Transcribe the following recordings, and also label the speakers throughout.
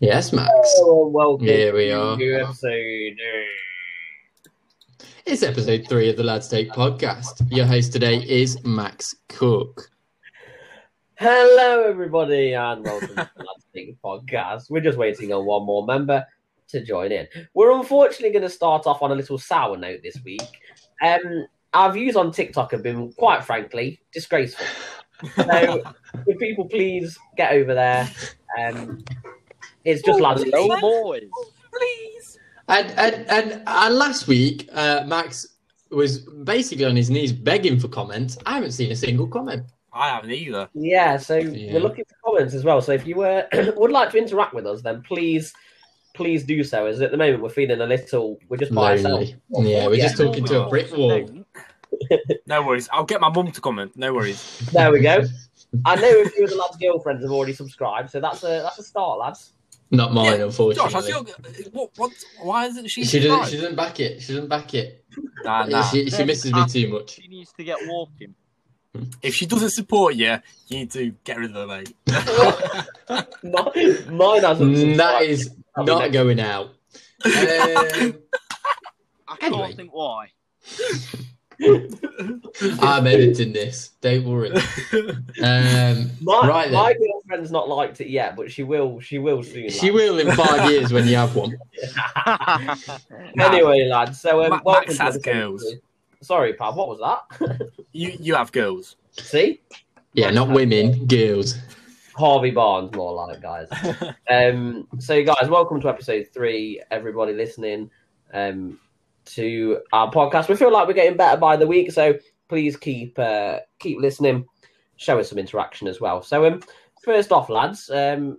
Speaker 1: Yes, Max.
Speaker 2: Oh, welcome
Speaker 1: Here we are.
Speaker 2: to episode.
Speaker 1: It's episode three of the Lads Take podcast. Your host today is Max Cook.
Speaker 2: Hello, everybody, and welcome to the Lads Think podcast. We're just waiting on one more member to join in. We're unfortunately going to start off on a little sour note this week. Um, our views on TikTok have been, quite frankly, disgraceful. So, if people please get over there. Um, it's
Speaker 1: Oh,
Speaker 2: just lads.
Speaker 3: Hello, boys.
Speaker 4: Please.
Speaker 1: And and and uh, last week, uh, Max was basically on his knees begging for comments. I haven't seen a single comment.
Speaker 3: I haven't either.
Speaker 2: Yeah, so
Speaker 1: Yeah.
Speaker 2: we're looking for comments as well. So if you uh, would like to interact with us, then please, please do so. As at the moment we're feeling a little, we're just by ourselves.
Speaker 1: Lonely. Yeah, we're just
Speaker 2: Yeah.
Speaker 1: talking to a brick wall.
Speaker 3: No worries. I'll get my mum to comment. No worries.
Speaker 2: There we go. I know a few of the lads' girlfriends have already subscribed, so that's a that's a start, lads.
Speaker 1: Not mine,
Speaker 3: Yeah,
Speaker 1: unfortunately.
Speaker 3: Josh, how's your, what, what, why isn't she?
Speaker 1: she doesn't.
Speaker 3: surprised?
Speaker 1: She doesn't back it. She doesn't back it.
Speaker 3: Nah, nah.
Speaker 1: She, she misses me too much.
Speaker 4: She needs to get walking.
Speaker 3: If she doesn't support you, you need to get rid of her, mate.
Speaker 2: Mine mine
Speaker 1: That
Speaker 2: hasn't. subscribed.
Speaker 1: is
Speaker 2: That'll be
Speaker 1: not
Speaker 2: next-
Speaker 1: going out. Um,
Speaker 4: I
Speaker 1: Anyway.
Speaker 4: can't think why.
Speaker 1: I'm editing this. Don't worry. Um,
Speaker 2: My,
Speaker 1: right
Speaker 2: my
Speaker 1: then.
Speaker 2: girlfriend's not liked it yet, but she will. She will soon.
Speaker 1: She
Speaker 2: lads.
Speaker 1: will in five years when you have one.
Speaker 2: Anyway, lads. So um,
Speaker 3: Ma-
Speaker 2: welcome
Speaker 3: Max
Speaker 2: to
Speaker 3: has
Speaker 2: the-
Speaker 3: girls.
Speaker 2: Sorry, Pab. What was that?
Speaker 3: you, you have girls.
Speaker 2: See,
Speaker 1: Yeah, not women, girls.
Speaker 2: Harvey Barnes, more like guys. Um, so, guys, welcome to episode three, everybody listening um, to our podcast. We feel like we're getting better by the week, so please keep uh, keep listening. Show us some interaction as well. So, um, first off, lads, um,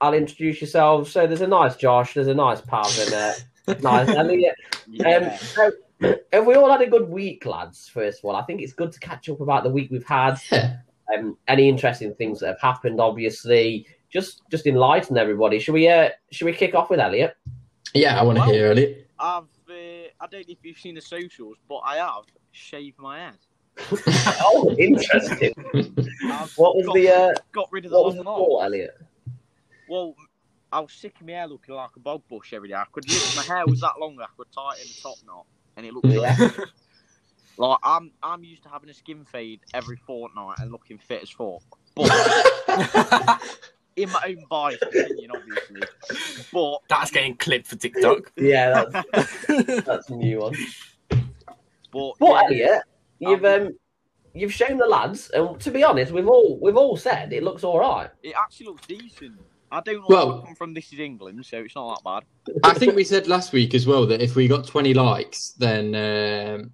Speaker 2: I'll introduce yourselves. So, there's a nice Josh, there's a nice Pav, and a nice Elliot. Um,
Speaker 4: Yeah.
Speaker 2: so, have we all had a good week, lads? First of all, I think it's good to catch up about the week we've had
Speaker 1: Yeah.
Speaker 2: um, any interesting things that have happened, obviously. Just just enlighten everybody. Should we uh, should we kick off with Elliot?
Speaker 1: Yeah, I want to
Speaker 4: Wow.
Speaker 1: hear it.
Speaker 2: Um,
Speaker 4: I've, uh, I don't know if you've seen the socials, but I have shaved my head.
Speaker 2: Oh, interesting.
Speaker 4: I've
Speaker 2: What was
Speaker 4: got,
Speaker 2: the uh,
Speaker 4: got rid of the
Speaker 2: what was the
Speaker 4: long knob.
Speaker 2: thought, Elliot?
Speaker 4: Well, I was sick of my hair looking like a bog bush every day. I could use my hair was that long. I could tie it in the top knot, and it looked
Speaker 2: Yeah.
Speaker 4: like like I'm I'm used to having a skin fade every fortnight and looking fit as fuck. But in my own biased opinion, obviously. But
Speaker 3: That's getting clipped for TikTok.
Speaker 2: Yeah, that's, that's a new one.
Speaker 4: but
Speaker 2: Well,
Speaker 4: yeah,
Speaker 2: Elliot, you've um, you've shown the lads, and to be honest, we've all we've all said it looks all right.
Speaker 4: It actually looks decent. I don't like
Speaker 1: Well-
Speaker 4: come from This Is England, so it's not that bad.
Speaker 1: I think we said last week as well that if we got 20 likes, then um,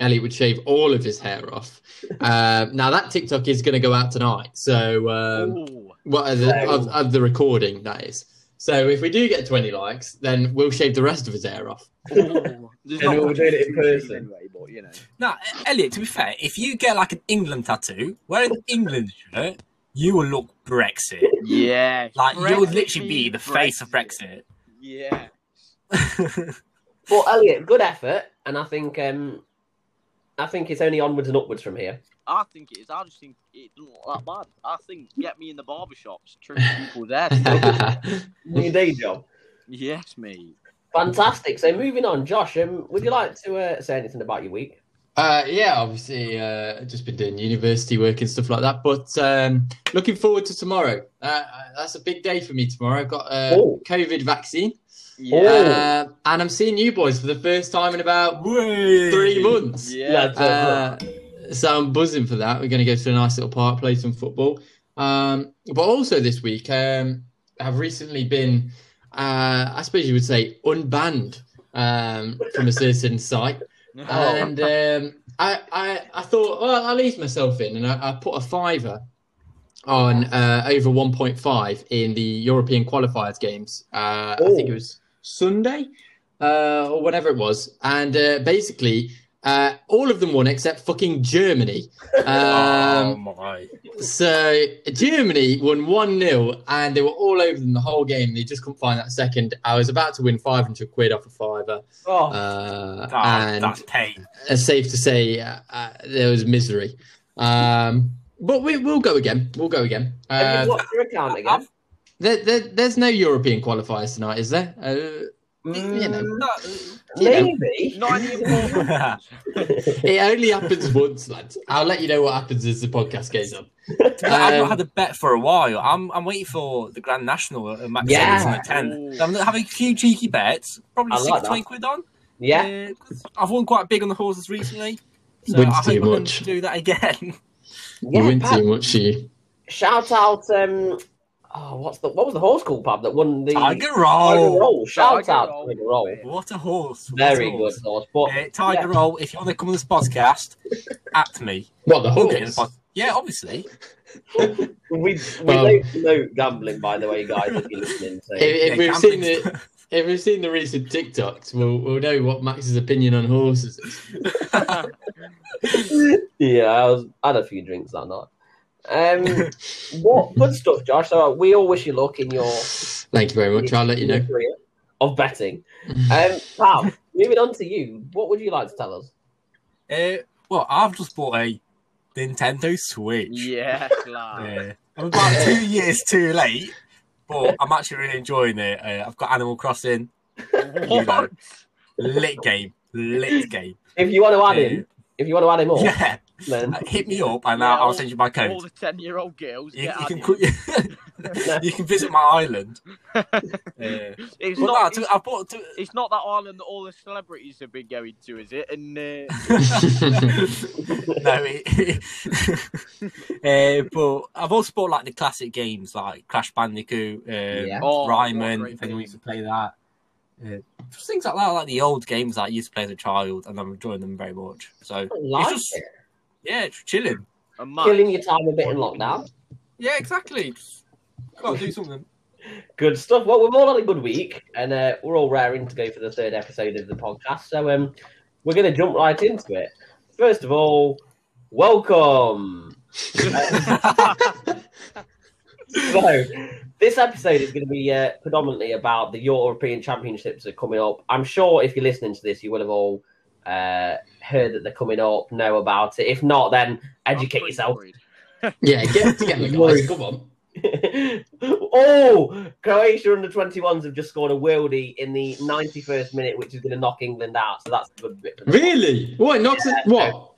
Speaker 1: Elliot would shave all of his hair off. Um, now, that TikTok is going to go out tonight. So, um,
Speaker 4: Ooh,
Speaker 1: what are the,
Speaker 2: Oh.
Speaker 1: of, of the recording, that is. So, if we do get 20 likes, then we'll shave the rest of his hair off.
Speaker 4: ooh.
Speaker 2: And
Speaker 4: There's not
Speaker 2: we'll
Speaker 4: much
Speaker 2: do it in
Speaker 4: to
Speaker 2: person.
Speaker 4: anyway, but you know.
Speaker 3: Nah, Elliot, to be fair, if you get like an England tattoo, wear an England shirt, you will look Brexit.
Speaker 4: Yeah,
Speaker 3: Like, you would
Speaker 4: Brexit
Speaker 3: literally be the
Speaker 4: means
Speaker 3: face of Brexit.
Speaker 4: Yeah.
Speaker 2: But Elliot, good effort, and I think um, I think it's only onwards and upwards from here.
Speaker 4: I think it is. I just think it doesn't look that bad. I think get me in the barbershops, trim people there.
Speaker 2: New day job.
Speaker 4: yes, mate.
Speaker 2: Fantastic. So moving on, Josh, um, would you like to uh, say anything about your week?
Speaker 1: Uh, yeah, obviously, uh, I've just been doing university work and stuff like that. But um, looking forward to tomorrow. Uh, that's a big day for me tomorrow. I've got a
Speaker 2: Oh.
Speaker 1: COVID vaccine,
Speaker 2: Oh.
Speaker 4: Yeah.
Speaker 1: uh, and I'm seeing you boys for the first time in about three months.
Speaker 4: Yeah.
Speaker 2: Lads,
Speaker 1: Uh, so I'm buzzing for that. We're going to go to a nice little park, play some football. Um, but also this week, um, I've recently been, uh, I suppose you would say, unbanned um, from a certain site.
Speaker 2: Oh.
Speaker 1: And um, I, I, I thought, well, I'll ease myself in, and I, I put a fiver on uh, over 1.5 in the European qualifiers games. Uh, I think
Speaker 2: Oh.
Speaker 1: it was Sunday uh, or whatever it was. And uh, basically, uh, all of them won except fucking Germany.
Speaker 3: oh
Speaker 1: Um,
Speaker 3: my.
Speaker 1: so Germany won 1 0, and they were all over them the whole game. They just couldn't find that second. I was about to win 500 quid off a fiver.
Speaker 2: Oh,
Speaker 1: Uh,
Speaker 3: That-
Speaker 1: and
Speaker 3: that's pain.
Speaker 1: it's safe to say uh, uh, there was misery. Um, but we, we'll go again. We'll go again.
Speaker 2: have
Speaker 1: Uh,
Speaker 2: you blocked your account again?
Speaker 3: I've-
Speaker 1: There, there, there's no European qualifiers tonight, is there? Uh, you know,
Speaker 3: No.
Speaker 2: Mm, Maybe.
Speaker 4: Not any important
Speaker 1: it only happens once, lads. I'll let you know what happens as the podcast goes on.
Speaker 3: To be honest, I've
Speaker 1: Um,
Speaker 3: not had a bet for a while. I'm I'm waiting for the Grand National at Max
Speaker 2: Yeah.
Speaker 3: Evans on the tenth. So I'm having a few cheeky bets, probably
Speaker 2: I
Speaker 3: six
Speaker 2: like that.
Speaker 3: twenty quid on.
Speaker 2: Yeah.
Speaker 3: Uh, 'cause I've won quite big on the horses recently. So
Speaker 1: Wins
Speaker 3: I
Speaker 1: too
Speaker 3: hope I can
Speaker 1: much.
Speaker 3: do that again.
Speaker 1: you
Speaker 2: yeah
Speaker 1: win
Speaker 2: Pat,
Speaker 1: too much, you.
Speaker 2: shout out. Um, oh, what's the what was the horse called, Pab? That won the
Speaker 3: Tiger
Speaker 2: Tiger
Speaker 3: Roll.
Speaker 2: Roll. Shout
Speaker 4: Tiger
Speaker 2: out
Speaker 4: Roll.
Speaker 2: Tiger Roll.
Speaker 3: What a horse! What
Speaker 2: Very
Speaker 3: a
Speaker 2: good
Speaker 3: horse.
Speaker 2: horse. But
Speaker 3: Uh, Tiger
Speaker 2: yeah.
Speaker 3: Roll. If you want to come on this podcast, at me.
Speaker 1: What the
Speaker 3: We'll get in Oh, the
Speaker 1: Huggins?
Speaker 3: pod- Yeah, obviously.
Speaker 2: we we
Speaker 1: Um,
Speaker 2: don't promote gambling, by the way, guys. If you're listening, so
Speaker 1: If,
Speaker 3: Yeah,
Speaker 1: if we've seen
Speaker 3: gambling's-
Speaker 1: the if we've seen the recent TikToks, we'll we'll know what Max's opinion on horses is.
Speaker 2: yeah, I was I had a few drinks that night. Um, what good stuff, Josh. So uh, we all wish you luck in your
Speaker 1: Thank you very much. I'll let you
Speaker 2: in your
Speaker 1: know.
Speaker 2: career of betting. Um, Pab, moving on to you. What would you like to tell us?
Speaker 3: Uh, well, I've just bought a Nintendo Switch.
Speaker 4: Yeah, lad.
Speaker 3: Yeah. I'm about two years too late, but I'm actually really enjoying it. Uh, I've got Animal Crossing, You know.
Speaker 4: What?
Speaker 3: lit game, lit game.
Speaker 2: If you want to add
Speaker 3: Uh,
Speaker 2: him, if you want to add him up,
Speaker 3: yeah, Uh,
Speaker 2: then
Speaker 3: hit me up and I'll, I'll send you my
Speaker 4: All
Speaker 3: code.
Speaker 4: the ten-year-old girls.
Speaker 3: You,
Speaker 4: get
Speaker 3: you
Speaker 4: at
Speaker 3: can
Speaker 4: it.
Speaker 3: qu- you can visit my island. Uh,
Speaker 4: It's
Speaker 3: well,
Speaker 4: not.
Speaker 3: no,
Speaker 4: it's,
Speaker 3: I bought. two
Speaker 4: it's not that island that all the celebrities have been going to, is it? And uh,
Speaker 3: no, it, uh, but I've also bought like the classic games like Crash Bandicoot, um,
Speaker 2: Yeah.
Speaker 4: Oh,
Speaker 3: Rayman.
Speaker 4: what a
Speaker 3: If
Speaker 4: great
Speaker 3: anyone
Speaker 4: game.
Speaker 3: used to play that, uh, just things like that, like the old games that I used to play as a child, and I'm enjoying them very much. So
Speaker 2: I like
Speaker 3: it's just
Speaker 2: it.
Speaker 3: yeah, it's chilling.
Speaker 4: a man.
Speaker 2: killing your time a bit in lockdown.
Speaker 3: Yeah, exactly. Got to do something.
Speaker 2: Good stuff. Well, we've all had a good week, and uh, we're all raring to go for the third episode of the podcast. So um, we're going to jump right into it. First of all, welcome. So this episode is going to be uh, predominantly about the European Championships that are coming up. I'm sure if you're listening to this, you will have all uh, heard that they're coming up, know about it. If not, then
Speaker 4: I'm
Speaker 2: educate
Speaker 4: pretty
Speaker 2: yourself.
Speaker 4: worried.
Speaker 1: yeah, get together, guys. Come on.
Speaker 2: oh, Croatia under 21s have just scored a worldie in the 91st minute, which is going to knock England out. So that's a good bit.
Speaker 1: Really? What? Not what?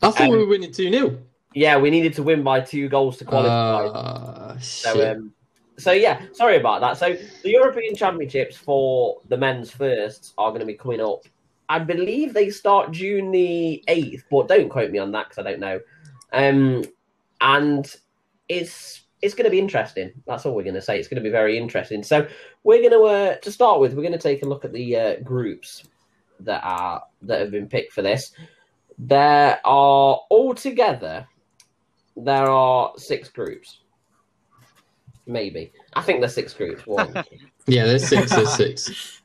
Speaker 1: I thought we were winning two 0
Speaker 2: Yeah, we needed to win by two goals to qualify.
Speaker 1: Uh,
Speaker 2: So,
Speaker 1: shit.
Speaker 2: um, so yeah, sorry about that. So the European Championships for the men's firsts are going to be coming up. I believe they start June the eighth, but don't quote me on that because I don't know. Um, and it's it's going to be interesting. That's all we're going to say. It's going to be very interesting. So we're going to uh, to start with. We're going to take a look at the uh, groups that are that have been picked for this. There are altogether there are six groups. Maybe. I think there's six groups. One.
Speaker 1: yeah, there's six. There's six.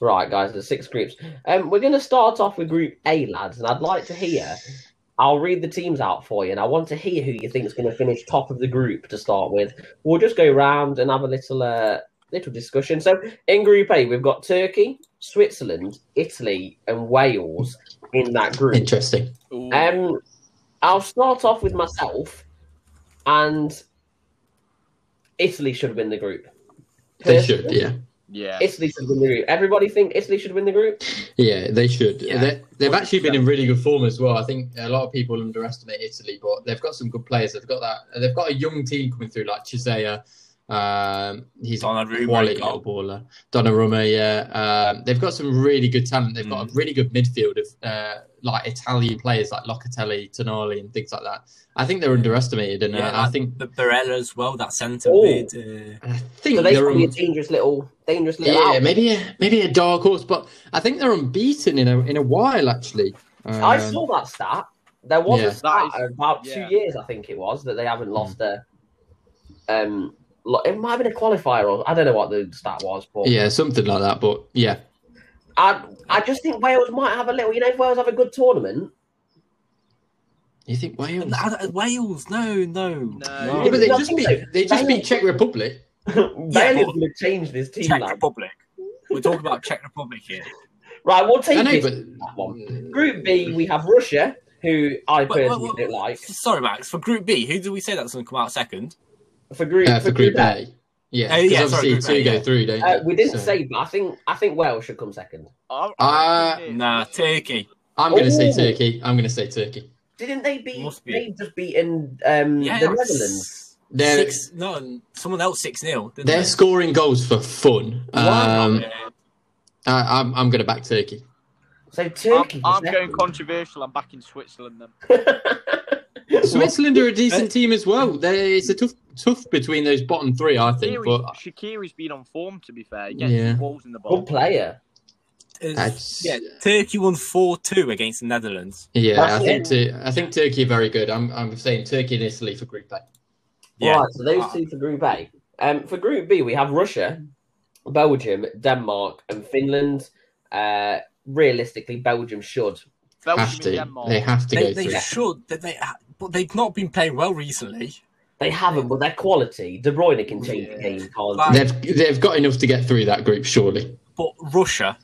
Speaker 2: right, guys, there's six groups. Um, we're going to start off with Group A, lads, and I'd like to hear. I'll read the teams out for you, and I want to hear who you think is going to finish top of the group to start with. We'll just go round and have a little uh, little discussion. So, in Group A, we've got Turkey, Switzerland, Italy, and Wales in that group.
Speaker 1: Interesting.
Speaker 4: Ooh.
Speaker 2: Um, I'll start off with myself, and Italy should win the group.
Speaker 1: They should. Yeah.
Speaker 4: yeah.
Speaker 2: Italy should win the group. Everybody think Italy should win the group?
Speaker 1: Yeah, they should.
Speaker 3: Yeah.
Speaker 1: They, they've actually been in really good form as well. I think a lot of people underestimate Italy, but they've got some good players. They've got that. They've got a young team coming through, like Chisea. Um, he's a
Speaker 3: Donnarumma
Speaker 1: quality
Speaker 3: got-
Speaker 1: little baller. Donnarumma, yeah. Um, they've got some really good talent. They've
Speaker 3: Mm.
Speaker 1: got a really good midfield of uh, like Italian players, like Locatelli, Tonali, and things like that. I think they're underestimated, and
Speaker 3: Yeah,
Speaker 1: uh, I think
Speaker 3: The Barella as well, that centre
Speaker 2: Oh.
Speaker 3: mid. Uh,
Speaker 1: I think
Speaker 2: So they
Speaker 1: they're
Speaker 2: could be a
Speaker 1: un-
Speaker 2: dangerous little, dangerous little.
Speaker 1: yeah,
Speaker 2: Yeah,
Speaker 1: maybe a, maybe a dark horse, but I think they're unbeaten in a in a while actually.
Speaker 2: I
Speaker 1: Um,
Speaker 2: saw that stat. There was
Speaker 1: Yeah. Hmm.
Speaker 2: a stat
Speaker 4: That is-
Speaker 2: about
Speaker 4: yeah.
Speaker 2: two years, I think it was, that they haven't lost a. Um, lo- it might have been a qualifier, or I don't know what the stat was, but
Speaker 1: Yeah, something like that. But yeah,
Speaker 2: I, I just think Wales might have a little. You know, if Wales have a good tournament,
Speaker 1: you think Wales?
Speaker 3: and- and- and Wales, no, no.
Speaker 4: No.
Speaker 1: Yeah, but they
Speaker 2: No,
Speaker 1: just
Speaker 2: I think
Speaker 1: beat
Speaker 2: so.
Speaker 1: they just
Speaker 2: Wales-
Speaker 1: beat Czech Republic.
Speaker 2: Wales is
Speaker 3: but-
Speaker 2: going to change this team.
Speaker 3: Czech
Speaker 2: lad.
Speaker 3: Republic. We're talking about Czech Republic here.
Speaker 2: Right, we'll
Speaker 1: I
Speaker 2: take
Speaker 1: know,
Speaker 2: it.
Speaker 1: but
Speaker 2: that one. Group B, we have Russia, who I
Speaker 3: But- but-
Speaker 2: personally
Speaker 3: but-
Speaker 2: don't like.
Speaker 3: Sorry, Max. For Group B, who do we say that's going to come out second?
Speaker 2: for group
Speaker 1: Uh, for Group A. Yeah,
Speaker 3: Uh,
Speaker 1: 'cause
Speaker 3: yeah, sorry,
Speaker 1: obviously
Speaker 3: Group
Speaker 1: two
Speaker 3: A, yeah.
Speaker 1: go through, don't
Speaker 2: Uh,
Speaker 1: they?
Speaker 2: we didn't
Speaker 1: So-
Speaker 2: say, but I think I think Wales should come second.
Speaker 4: I,
Speaker 1: Ah,
Speaker 4: reckon it-
Speaker 3: Nah, Turkey.
Speaker 1: I'm going to say
Speaker 2: Oh.
Speaker 1: Turkey. I'm going to say Turkey.
Speaker 2: Didn't they beat?
Speaker 3: Must be.
Speaker 2: They just beaten um,
Speaker 3: Yeah,
Speaker 2: the
Speaker 3: it was
Speaker 2: Netherlands.
Speaker 1: They're,
Speaker 3: six. No, someone else six 0
Speaker 1: they're scoring goals for fun.
Speaker 2: Wow.
Speaker 1: Um, I, I'm, I'm going to back Turkey.
Speaker 2: So
Speaker 4: I'm,
Speaker 2: Turkey.
Speaker 4: I'm
Speaker 2: for
Speaker 4: going
Speaker 2: second.
Speaker 4: controversial. I'm back in Switzerland then.
Speaker 1: Switzerland
Speaker 3: Uh,
Speaker 1: are a decent team as well. They, it's a tough, tough between those bottom three, I think.
Speaker 4: Shaqiri,
Speaker 1: But
Speaker 4: Shaqiri's been on form, to be fair. He gets
Speaker 1: Yeah.
Speaker 4: balls in the
Speaker 2: Good
Speaker 4: bowl.
Speaker 2: player.
Speaker 1: that's,
Speaker 3: yeah,
Speaker 1: yeah,
Speaker 3: Turkey won four two against the Netherlands.
Speaker 1: I think Tur- I think Turkey are very good. I'm, I'm saying Turkey and Italy for Group A.
Speaker 3: Yeah,
Speaker 2: Right, so those
Speaker 3: Ah.
Speaker 2: two for Group A. Um, for Group B, we have Russia, Belgium, Denmark, and Finland. Uh, realistically, Belgium should.
Speaker 4: Belgium
Speaker 1: Have
Speaker 4: and
Speaker 1: to,
Speaker 4: Denmark.
Speaker 1: they have to
Speaker 3: they,
Speaker 1: go
Speaker 3: they
Speaker 1: through.
Speaker 3: should, but they but they've not been playing well recently.
Speaker 2: They haven't, but their quality. De Bruyne can change the
Speaker 4: Yeah.
Speaker 2: game, can't
Speaker 3: But-
Speaker 2: he?
Speaker 1: They've, they've got enough to get through that group, surely.
Speaker 3: But Russia,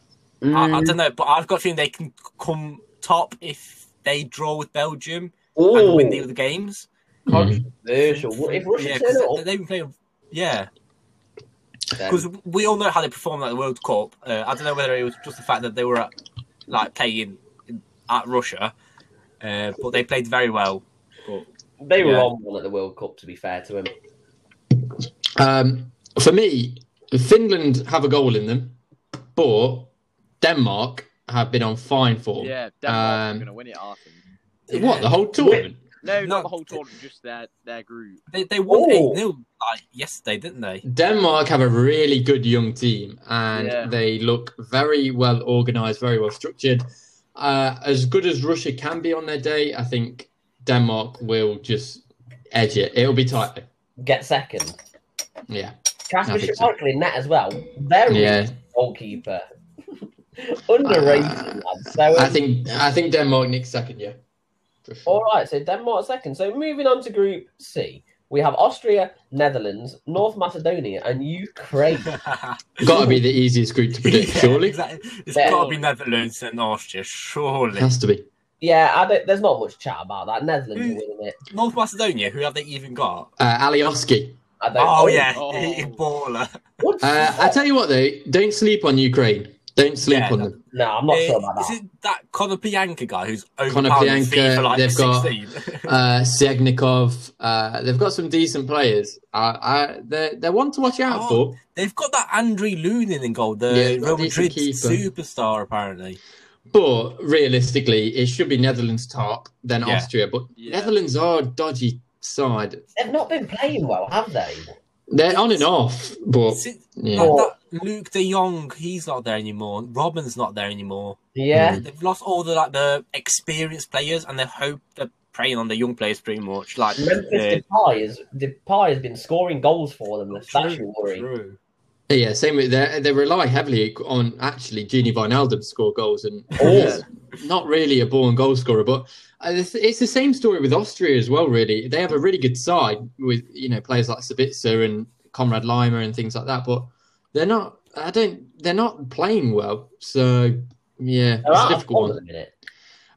Speaker 3: I,
Speaker 2: Mm.
Speaker 3: I don't know, but I've got a feeling they can c- come top if they draw with Belgium and win the
Speaker 2: Ooh, Mm-hmm.
Speaker 3: other games.
Speaker 2: controversial. What If Russia
Speaker 3: yeah,
Speaker 2: turn
Speaker 3: 'cause
Speaker 2: up,
Speaker 3: they- they've been playing. Yeah,
Speaker 2: then-
Speaker 3: because we all know how they performed at the World Cup. Uh, I don't know whether it was just the fact that they were at, like playing in, at Russia, uh, but they played very well. But
Speaker 2: they were
Speaker 3: yeah.
Speaker 2: on one at the World Cup. To be fair to him,
Speaker 1: Um, for me, Finland have a goal in them, but Denmark have been on fine form.
Speaker 4: Yeah, Denmark
Speaker 1: Um,
Speaker 4: are going to win it, I think.
Speaker 1: What the whole tournament?
Speaker 4: No,
Speaker 3: No,
Speaker 4: not the whole
Speaker 3: th-
Speaker 4: tournament, just their, their group.
Speaker 3: They, they won
Speaker 2: Oh.
Speaker 3: eight 0 like yesterday, didn't they?
Speaker 1: Denmark have a really good young team, and
Speaker 4: Yeah.
Speaker 1: they look very well organised, very well structured. Uh, as good as Russia can be on their day, I think Denmark will just edge it. It'll be tight. though.
Speaker 2: get second.
Speaker 1: Yeah,
Speaker 2: Casper
Speaker 1: I think so.
Speaker 2: Schmeichel in net as well. Very
Speaker 1: yeah.
Speaker 2: goalkeeper. Underrated.
Speaker 1: Uh,
Speaker 2: lad. so
Speaker 1: I
Speaker 2: um,
Speaker 1: think I think Denmark nicks second. Yeah, for sure.
Speaker 2: All right, so Denmark second. So moving on to Group C, we have Austria, Netherlands, North Macedonia, and Ukraine.
Speaker 1: Got to be the easiest group to predict,
Speaker 3: Yeah,
Speaker 1: surely.
Speaker 3: exactly. It's
Speaker 2: Yeah.
Speaker 3: got to be Netherlands and Austria, surely.
Speaker 1: Has to be.
Speaker 2: yeah, I don't, there's not much chat about that. Netherlands
Speaker 3: Who-
Speaker 2: are winning it.
Speaker 3: North Macedonia, who have they even got?
Speaker 1: Uh, Alioski.
Speaker 2: I don't
Speaker 3: Oh, yeah,
Speaker 4: oh.
Speaker 3: baller.
Speaker 2: What?
Speaker 1: Uh, I tell you what, though, don't sleep on Ukraine. Don't sleep
Speaker 3: Yeah,
Speaker 1: on
Speaker 3: no.
Speaker 1: them.
Speaker 2: no, I'm not sure
Speaker 3: Uh,
Speaker 2: about
Speaker 3: Is
Speaker 2: that.
Speaker 3: it that Konoplyanka guy who's overpowering
Speaker 1: Konoplyanka,
Speaker 3: FIFA for like
Speaker 1: they've got-
Speaker 3: 16?
Speaker 1: Uh, Segnikov. Uh, they've got some decent players. Uh, I, they're, they're one to watch out
Speaker 3: Oh,
Speaker 1: for.
Speaker 3: they've got that Andriy Lunin in goal,
Speaker 1: Yeah,
Speaker 3: the
Speaker 1: they've got
Speaker 3: Real
Speaker 1: a decent
Speaker 3: Madrid
Speaker 1: keeper.
Speaker 3: superstar, apparently.
Speaker 1: But realistically, it should be Netherlands top, then
Speaker 3: Yeah.
Speaker 1: Austria. But
Speaker 4: Yeah.
Speaker 1: Netherlands are a dodgy side.
Speaker 2: They've not been playing well, have they?
Speaker 1: They're on and off, but
Speaker 3: Since-
Speaker 1: yeah.
Speaker 2: Oh.
Speaker 3: like that Luke de Jong, he's not there anymore. Robin's not there anymore.
Speaker 2: Yeah.
Speaker 3: They've lost all the like the experienced players, and they hope they're preying on the young players pretty much. Like
Speaker 1: Mm.
Speaker 3: uh,
Speaker 2: Memphis Depay, is, Depay has been scoring goals for them. That's
Speaker 3: True,
Speaker 2: actually worry.
Speaker 3: true.
Speaker 1: yeah, same with they they rely heavily on actually Genie Wijnaldum to score goals and
Speaker 2: Oh.
Speaker 1: not really a born goal scorer, but uh, it's, it's the same story with Austria as well. Really, they have a really good side with you know players like Sabitzer and Conrad Leimer and things like that, but they're not. I don't. They're not playing well. So yeah,
Speaker 2: They're
Speaker 1: it's a
Speaker 2: out of
Speaker 1: difficult
Speaker 2: form
Speaker 1: one.
Speaker 2: at the minute.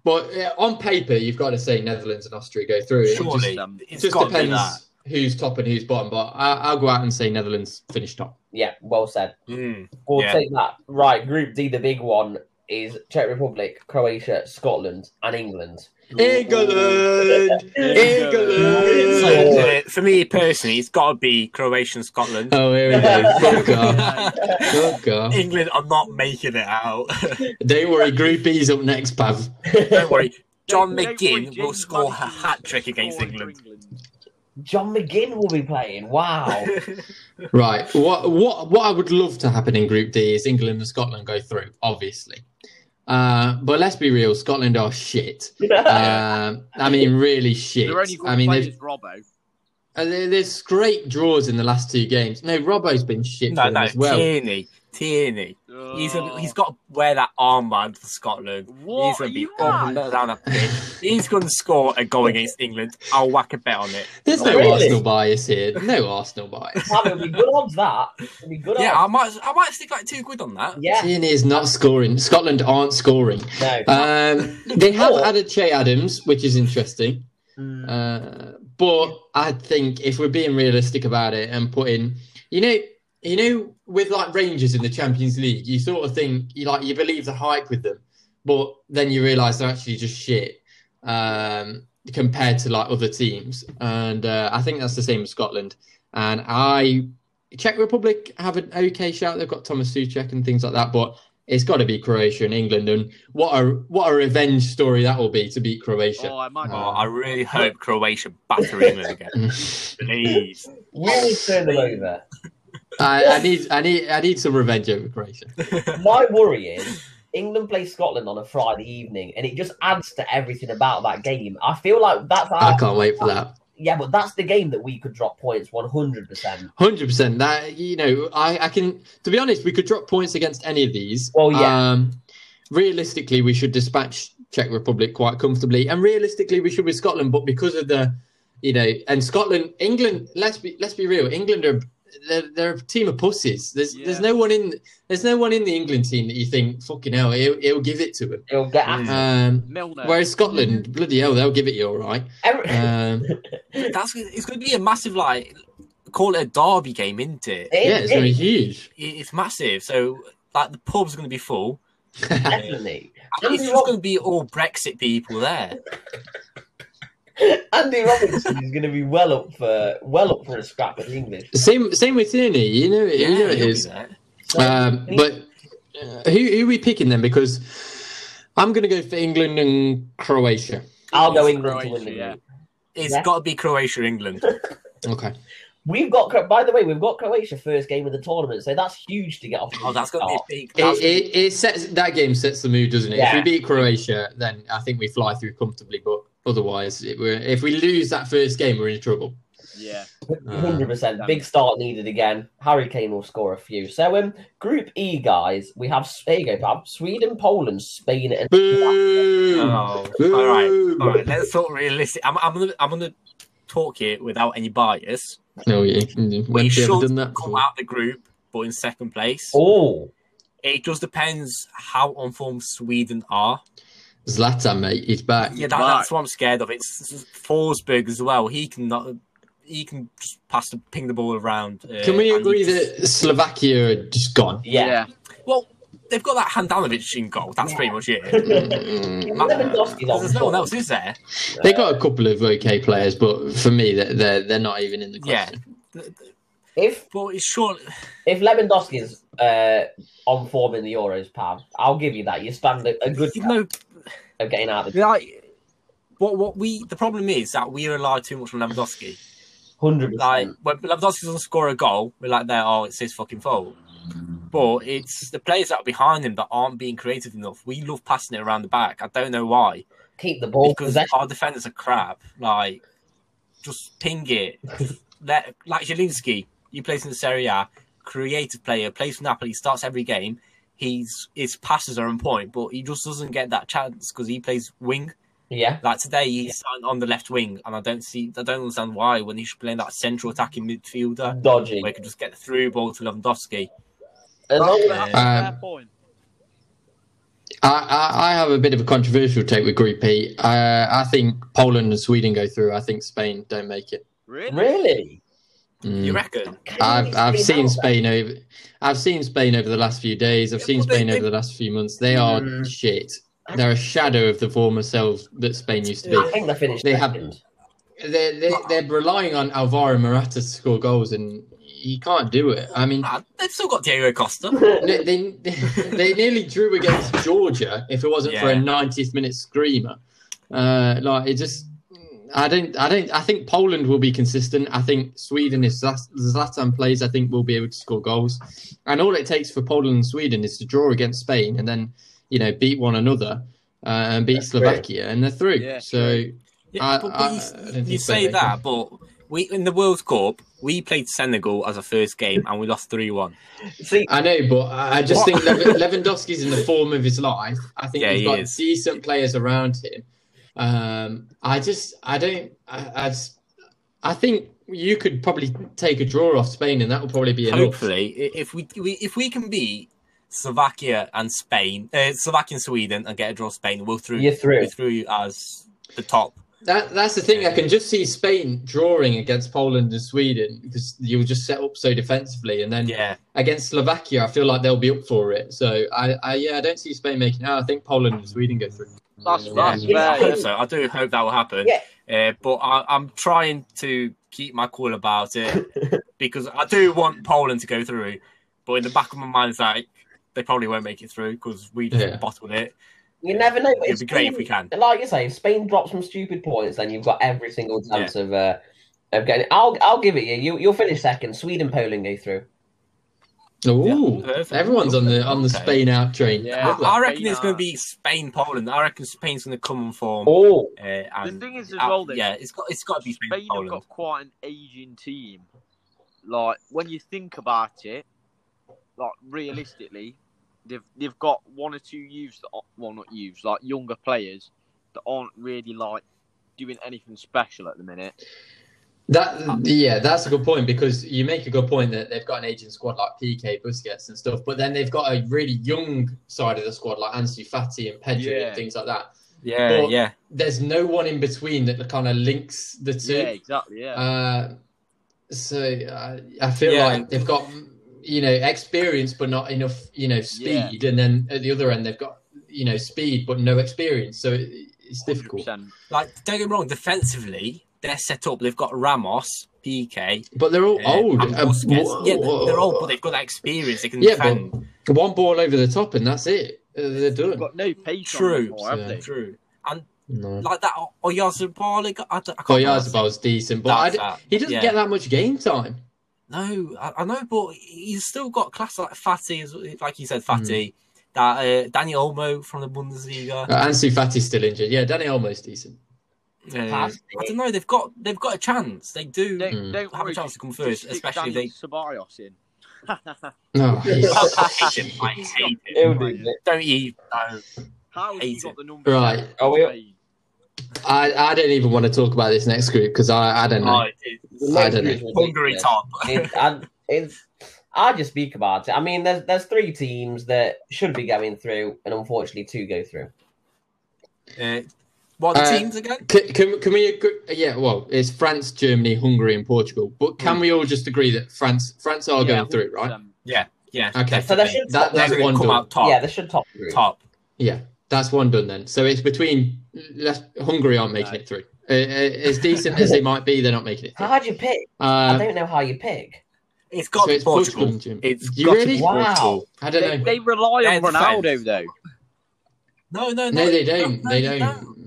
Speaker 1: But uh, on paper, you've got to say Netherlands and Austria go through. It
Speaker 3: Surely,
Speaker 1: just,
Speaker 4: Just, um,
Speaker 1: it
Speaker 3: it's
Speaker 1: just
Speaker 3: got to be that.
Speaker 1: depends who's top and who's bottom. But I, I'll go out and say Netherlands finish top.
Speaker 2: Yeah, well said.
Speaker 3: Mm.
Speaker 2: We'll
Speaker 3: Yeah.
Speaker 2: take that. Right, Group D, the big one is Czech Republic, Croatia, Scotland, and England.
Speaker 1: England, England.
Speaker 3: So, uh, for me personally, it's got to be Croatia and Scotland.
Speaker 1: Oh, here we go. Fuck off.
Speaker 4: yeah.
Speaker 1: Fuck off.
Speaker 3: England are not making it out.
Speaker 1: Don't worry, Group B's up next, Pav.
Speaker 3: Don't worry. John
Speaker 4: Don't worry,
Speaker 3: McGinn
Speaker 4: James
Speaker 3: will score a
Speaker 4: Madison
Speaker 3: hat trick against
Speaker 4: scoring for
Speaker 3: England.
Speaker 2: John McGinn will be playing. Wow.
Speaker 1: Right. What what what I would love to happen in Group D is England and Scotland go through, obviously. Uh, but let's be real, Scotland are shit. Um, I mean, really shit.
Speaker 4: Their only good
Speaker 1: I mean,
Speaker 4: player
Speaker 1: there's,
Speaker 4: is Robbo.
Speaker 1: uh, there- there's great draws in the last two games. No, Robbo's been shit
Speaker 3: no,
Speaker 1: for them
Speaker 3: no,
Speaker 1: as well.
Speaker 3: Tierney. Tierney. He's,
Speaker 4: Oh.
Speaker 3: a, he's got to wear that armband for Scotland.
Speaker 4: What?
Speaker 3: he's
Speaker 4: Are
Speaker 3: going to be
Speaker 4: you
Speaker 3: up and
Speaker 4: mad?
Speaker 3: down a pitch. He's going to score a goal against England. I'll whack a bet on it.
Speaker 1: There's no
Speaker 2: Really?
Speaker 1: Arsenal bias here. No Arsenal bias.
Speaker 2: Wow, it'll be good odds that. It'll be
Speaker 1: uh,
Speaker 2: good
Speaker 3: Yeah, I
Speaker 2: odds.
Speaker 3: might, I might stick like two quid on that.
Speaker 2: Yeah.
Speaker 1: Tierney is not scoring. Scotland aren't scoring.
Speaker 2: No.
Speaker 1: Um, they have
Speaker 2: Or-
Speaker 1: added Che Adams, which is interesting.
Speaker 2: Mm.
Speaker 1: Uh, But I think if we're being realistic about it and putting, you know, you know, with like Rangers in the Champions League, you sort of think you like you believe the hype with them, but then you realise they're actually just shit um, compared to like other teams, and uh, I think that's the same with Scotland. And I Czech Republic have an okay shout; they've got Thomas Suchek and things like that, but. It's got to be Croatia and England, and what a what a revenge story that will be to beat Croatia.
Speaker 4: Oh, I might.
Speaker 3: Oh, I really hope Croatia batter England again. Please.
Speaker 2: We will turn them over.
Speaker 1: I, I need, I need, I need some revenge over Croatia.
Speaker 2: My worry is England plays Scotland on a Friday evening, and it just adds to everything about that game. I feel like that's
Speaker 1: I
Speaker 2: our,
Speaker 1: can't wait for that.
Speaker 2: yeah, but that's the game that we could drop points one hundred percent.
Speaker 1: Hundred percent. That you know, I, I can. To be honest, we could drop points against any of these.
Speaker 2: Well, yeah.
Speaker 1: Um, realistically, we should dispatch Czech Republic quite comfortably, and realistically, we should with Scotland. But because of the, you know, and Scotland, England. Let's be let's be real. England are they're, they're a team of pussies. There's there's
Speaker 4: Yeah.
Speaker 1: no one in there's no one in the England team that you think fucking hell it'll, it'll give it to them.
Speaker 2: It'll get
Speaker 3: Mm.
Speaker 2: after
Speaker 1: Um,
Speaker 4: Milner.
Speaker 1: whereas Scotland, bloody hell, they'll give it you all right.
Speaker 2: every-
Speaker 1: Um,
Speaker 3: That's it's going to be a massive like call it a derby game, isn't it? it
Speaker 1: yeah, it's going to be huge.
Speaker 3: it's massive. So like the pub's going to be full.
Speaker 2: definitely.
Speaker 3: And it's just going to be all Brexit people there.
Speaker 2: Andy Robinson is going to be well up for well up for a scrap with the English.
Speaker 1: Same same with Tierney. You know, you know it
Speaker 3: he'll be
Speaker 1: is.
Speaker 3: there.
Speaker 1: Um, but uh, who, who are we picking then? Because I'm going to go for England and Croatia.
Speaker 2: I'll go
Speaker 4: It's
Speaker 2: England to win the
Speaker 4: Croatia, yeah.
Speaker 2: league.
Speaker 3: It's
Speaker 2: Yeah.
Speaker 3: got to be Croatia, England.
Speaker 1: Okay.
Speaker 2: We've got, Cro- by the way, we've got Croatia first game of the tournament, so that's huge to get off. to
Speaker 3: Oh,
Speaker 2: the
Speaker 3: that's going to
Speaker 2: start.
Speaker 3: be a big.
Speaker 1: It,
Speaker 3: That's,
Speaker 1: it, it sets that game sets the mood, doesn't it? If we
Speaker 2: Yeah.
Speaker 1: beat Croatia, then I think we fly through comfortably. But otherwise, it, we're, if we lose that first game, we're in trouble. Uh,
Speaker 4: Yeah.
Speaker 3: Mm.
Speaker 2: Hundred percent. Big start needed again. Harry Kane will score a few. So, um, Group E guys, we have there you go, Bob. Sweden, Poland, Spain, and
Speaker 1: Boo!
Speaker 3: oh,
Speaker 1: Boo!
Speaker 3: all right, all right. Let's talk realistic. I'm, I'm gonna, I'm gonna talk here without any bias.
Speaker 1: No, you, you- when
Speaker 3: We
Speaker 1: have you ever
Speaker 3: should
Speaker 1: done that?
Speaker 3: come
Speaker 1: before?
Speaker 3: out the group, but in second place.
Speaker 2: oh,
Speaker 3: It just depends how on form Sweden are.
Speaker 1: Zlatan, mate, he's back.
Speaker 3: Yeah, that,
Speaker 4: Right.
Speaker 3: that's what I'm scared of. It's it's Forsberg as well. He can not. He can just pass the ping the ball around. uh,
Speaker 1: Can we
Speaker 3: and he
Speaker 1: agree
Speaker 3: just-
Speaker 1: that Slovakia are just gone?
Speaker 2: yeah.
Speaker 3: Well, they've got that Handanovic in goal. That's pretty much it.
Speaker 1: Mm.
Speaker 2: Lewandowski's on
Speaker 3: There's no one
Speaker 2: form.
Speaker 3: else, is there?
Speaker 1: They got a couple of okay players, but for me, they're they're, they're not even in the
Speaker 3: Yeah.
Speaker 1: question.
Speaker 2: If
Speaker 3: But it's short.
Speaker 2: if Lewandowski's uh, on form in the Euros, Pam, I'll give you that. You stand a, a good
Speaker 3: You know,
Speaker 2: of getting out of the
Speaker 3: like what what we the problem is that we rely too much on Lewandowski.
Speaker 2: hundred
Speaker 3: Like
Speaker 2: percent.
Speaker 3: when Lewandowski doesn't score a goal, we're like, there, oh, it's his fucking fault. But it's the players that are behind him that aren't being creative enough. We love passing it around the back. I don't know why.
Speaker 2: Keep the ball
Speaker 3: because
Speaker 2: possession.
Speaker 3: our defenders are crap. Like, just ping it. Just let like Zielinski, he plays in the Serie A, creative player, plays for Napoli, starts every game. He's his passes are on point, but he just doesn't get that chance because he plays wing.
Speaker 2: Yeah,
Speaker 3: Like today, he's signed on the left wing, and I don't see, I don't understand why when he should play in that central attacking
Speaker 1: Mm.
Speaker 3: midfielder
Speaker 2: dodging.
Speaker 3: where he can just get the through ball to Lewandowski.
Speaker 2: As long as-
Speaker 4: That's a
Speaker 1: Um,
Speaker 4: fair point.
Speaker 1: I, I, I have a bit of a controversial take with Group E. Uh, I think Poland and Sweden go through. I think Spain don't make it.
Speaker 4: Really?
Speaker 2: really,
Speaker 1: Mm.
Speaker 3: You reckon?
Speaker 2: Can
Speaker 1: I've
Speaker 2: we
Speaker 1: I've seen
Speaker 2: spin out that?
Speaker 1: Spain over. I've seen Spain over the last few days. I've
Speaker 3: Yeah,
Speaker 1: seen
Speaker 3: but they-
Speaker 1: Spain
Speaker 3: they- Mm.
Speaker 1: over the last few months. They are shit. They're a shadow of the former selves that Spain used to
Speaker 2: I
Speaker 1: be.
Speaker 2: think they finished.
Speaker 1: They
Speaker 2: second.
Speaker 1: haven't. They're, they're, they're relying on Alvaro Morata to score goals, and he can't do it. I mean,
Speaker 3: Nah, they've still got Diego Costa.
Speaker 1: they, they, they nearly drew against Georgia if it wasn't for a
Speaker 3: Yeah.
Speaker 1: 90th minute screamer. Uh, like it just, I don't, I don't, I think Poland will be consistent. I think Sweden, if Zlat- Zlatan plays, I think we'll be able to score goals. And all it takes for Poland and Sweden is to draw against Spain and then, you know, beat one another uh, and beat
Speaker 2: That's true.
Speaker 1: Slovakia, and they're through.
Speaker 4: Yeah,
Speaker 1: so
Speaker 3: Yeah,
Speaker 1: I-
Speaker 3: but, but
Speaker 1: I-
Speaker 3: you-
Speaker 1: I don't
Speaker 3: you,
Speaker 1: think so,
Speaker 3: say
Speaker 1: mate.
Speaker 3: that, but we in the World Cup we played Senegal as a first game and we lost three one.
Speaker 2: See,
Speaker 1: I know, but I I just think Lev- Lewandowski's in the form of his life. I think
Speaker 3: Yeah,
Speaker 1: he's
Speaker 3: he
Speaker 1: got
Speaker 3: is.
Speaker 1: decent players around him. Um, I just, I don't, I, I, just, I think you could probably take a draw off Spain, and that will probably be enough.
Speaker 3: Hopefully, i- if we, we if we can beat Slovakia and Spain, uh, Slovakia and Sweden, and get a draw with Spain, we'll through
Speaker 2: You're through.
Speaker 3: we're through as the top.
Speaker 1: That that's the thing. I can just see Spain drawing against Poland and Sweden because you'll just set up so defensively, and then
Speaker 3: Yeah,
Speaker 1: against Slovakia, I feel like they'll be up for it. So I, I yeah, I don't see Spain making. it out. I think Poland and Sweden go through.
Speaker 4: That's
Speaker 2: Yeah.
Speaker 4: that's
Speaker 3: yeah, I
Speaker 4: fair.
Speaker 3: hope
Speaker 4: yeah.
Speaker 3: so. I do hope that will happen.
Speaker 2: Yeah.
Speaker 3: Uh, but I, I'm trying to keep my cool about it because I do want Poland to go through. But in the back of my mind, it's like they probably won't make it through because we just
Speaker 1: Yeah.
Speaker 3: bottled it.
Speaker 2: You never know. but if
Speaker 3: It'd be great if we
Speaker 2: Spain-
Speaker 3: can.
Speaker 2: Like you say, if Spain drops some stupid points, then you've got every single
Speaker 3: Yeah.
Speaker 2: chance of uh, of getting. I'll I'll give it you. you. You'll finish second. Sweden, Poland go through.
Speaker 1: Ooh,
Speaker 3: perfect.
Speaker 1: everyone's on the on the
Speaker 3: Okay.
Speaker 1: Spain out train.
Speaker 4: Yeah.
Speaker 1: Love that.
Speaker 3: I, I reckon
Speaker 4: Spain
Speaker 3: it's going
Speaker 4: are-
Speaker 3: to be Spain Poland. I reckon Spain's going to come and form.
Speaker 2: Oh,
Speaker 3: Uh, and,
Speaker 4: The thing is, as
Speaker 3: uh,
Speaker 4: well, that
Speaker 3: yeah, it's got it's got to be Spain,
Speaker 4: Spain have
Speaker 3: Poland.
Speaker 4: got quite an aging team. Like when you think about it, like realistically, they've they've got one or two youths that are, well not youths like younger players that aren't really like doing anything special at the minute.
Speaker 1: That yeah, that's a good point because you make a good point that they've got an aging squad like PK Busquets and stuff, but then they've got a really young side of the squad like Ansu Fati and Pedri
Speaker 4: Yeah.
Speaker 1: and things like that.
Speaker 3: Yeah,
Speaker 1: But-
Speaker 3: yeah.
Speaker 1: There's no one in between that kind of links the two.
Speaker 4: Yeah, exactly. Yeah.
Speaker 1: Uh, so uh, I feel
Speaker 3: Yeah.
Speaker 1: like they've got you know experience but not enough you know speed, and then at the other end they've got you know speed but no experience, so it, it's difficult.
Speaker 4: 100%.
Speaker 3: Like, don't get me wrong, defensively, they're set up. They've got Ramos, PK,
Speaker 1: But they're all
Speaker 3: uh,
Speaker 1: old.
Speaker 3: and
Speaker 1: Um,
Speaker 3: Busquets.
Speaker 1: whoa.
Speaker 3: yeah, they're, they're old, but they've got that experience. They can
Speaker 1: Yeah, but-
Speaker 3: defend.
Speaker 1: One ball over the top and that's it. Uh, They're
Speaker 4: They've
Speaker 1: done.
Speaker 4: got no pace
Speaker 3: True.
Speaker 4: on them more, have
Speaker 1: Yeah.
Speaker 4: they?
Speaker 3: True.
Speaker 1: No.
Speaker 3: Like that O- Oyarzabal, I, don't- I can't pronounce it.
Speaker 1: Koyazabal decent, but I
Speaker 3: That's
Speaker 1: d-
Speaker 3: that.
Speaker 1: he doesn't
Speaker 3: Yeah.
Speaker 1: get that much game time.
Speaker 3: No, I, I know, but he's still got class like Fatty, as- like you
Speaker 1: Hmm.
Speaker 3: said, Fatty. That uh, Danny Olmo from the Bundesliga.
Speaker 1: Uh, Ansu Fati's still injured. Yeah, Danny Olmo's decent.
Speaker 3: Uh, I don't know. They've got they've got a chance. They do
Speaker 4: Don't,
Speaker 1: Mm.
Speaker 4: don't
Speaker 3: have
Speaker 4: worry,
Speaker 3: a chance to come
Speaker 4: just-
Speaker 3: first,
Speaker 4: just stick
Speaker 3: especially if
Speaker 4: Dani
Speaker 3: they
Speaker 4: Ceballos in.
Speaker 1: No, he's-
Speaker 3: I hate him. I hate him. Don't you? No.
Speaker 4: How has he
Speaker 3: Hate
Speaker 4: got
Speaker 3: it.
Speaker 4: the number?
Speaker 1: Right.
Speaker 4: seven?
Speaker 2: Are we-
Speaker 1: I, I don't even want to talk about this next group because I, I don't know.
Speaker 3: Oh, it's
Speaker 1: I don't know.
Speaker 3: Hungary top.
Speaker 2: It, I, it's, I just speak about it. I mean, there's there's three teams that should be going through, and unfortunately, two go through.
Speaker 3: Uh, what are the
Speaker 1: Uh,
Speaker 3: teams again?
Speaker 1: Can, can, can we agree? Yeah, well, it's France, Germany, Hungary, and Portugal. But
Speaker 3: Hmm.
Speaker 1: can we all just agree that France France are
Speaker 4: Yeah, um,
Speaker 1: going through, right?
Speaker 4: 100%.
Speaker 3: Yeah.
Speaker 1: Okay.
Speaker 2: So they should
Speaker 1: That,
Speaker 2: top,
Speaker 3: uh, They're
Speaker 1: that's
Speaker 3: going
Speaker 1: one
Speaker 3: to come
Speaker 1: done.
Speaker 3: out top.
Speaker 2: yeah, they should top through.
Speaker 3: top.
Speaker 1: Yeah, that's one done then. So it's between left, Hungary aren't making
Speaker 4: No.
Speaker 1: it through. Uh, uh, as decent as they might be, they're not making it through.
Speaker 2: How do you Um, pick? I
Speaker 1: Uh,
Speaker 2: don't know how you pick.
Speaker 3: It's
Speaker 1: so
Speaker 3: got
Speaker 1: it's Portugal.
Speaker 3: Portugal.
Speaker 1: and Germany.
Speaker 3: It's
Speaker 1: You
Speaker 3: got
Speaker 1: really?
Speaker 3: to be
Speaker 2: Wow.
Speaker 3: Portugal.
Speaker 1: I don't
Speaker 4: They,
Speaker 1: know.
Speaker 4: they rely
Speaker 3: They're
Speaker 4: on
Speaker 3: the
Speaker 4: Ronaldo
Speaker 3: fans.
Speaker 4: though.
Speaker 3: No, no,
Speaker 1: No,
Speaker 3: no.
Speaker 1: they don't.
Speaker 3: no,
Speaker 1: they don't.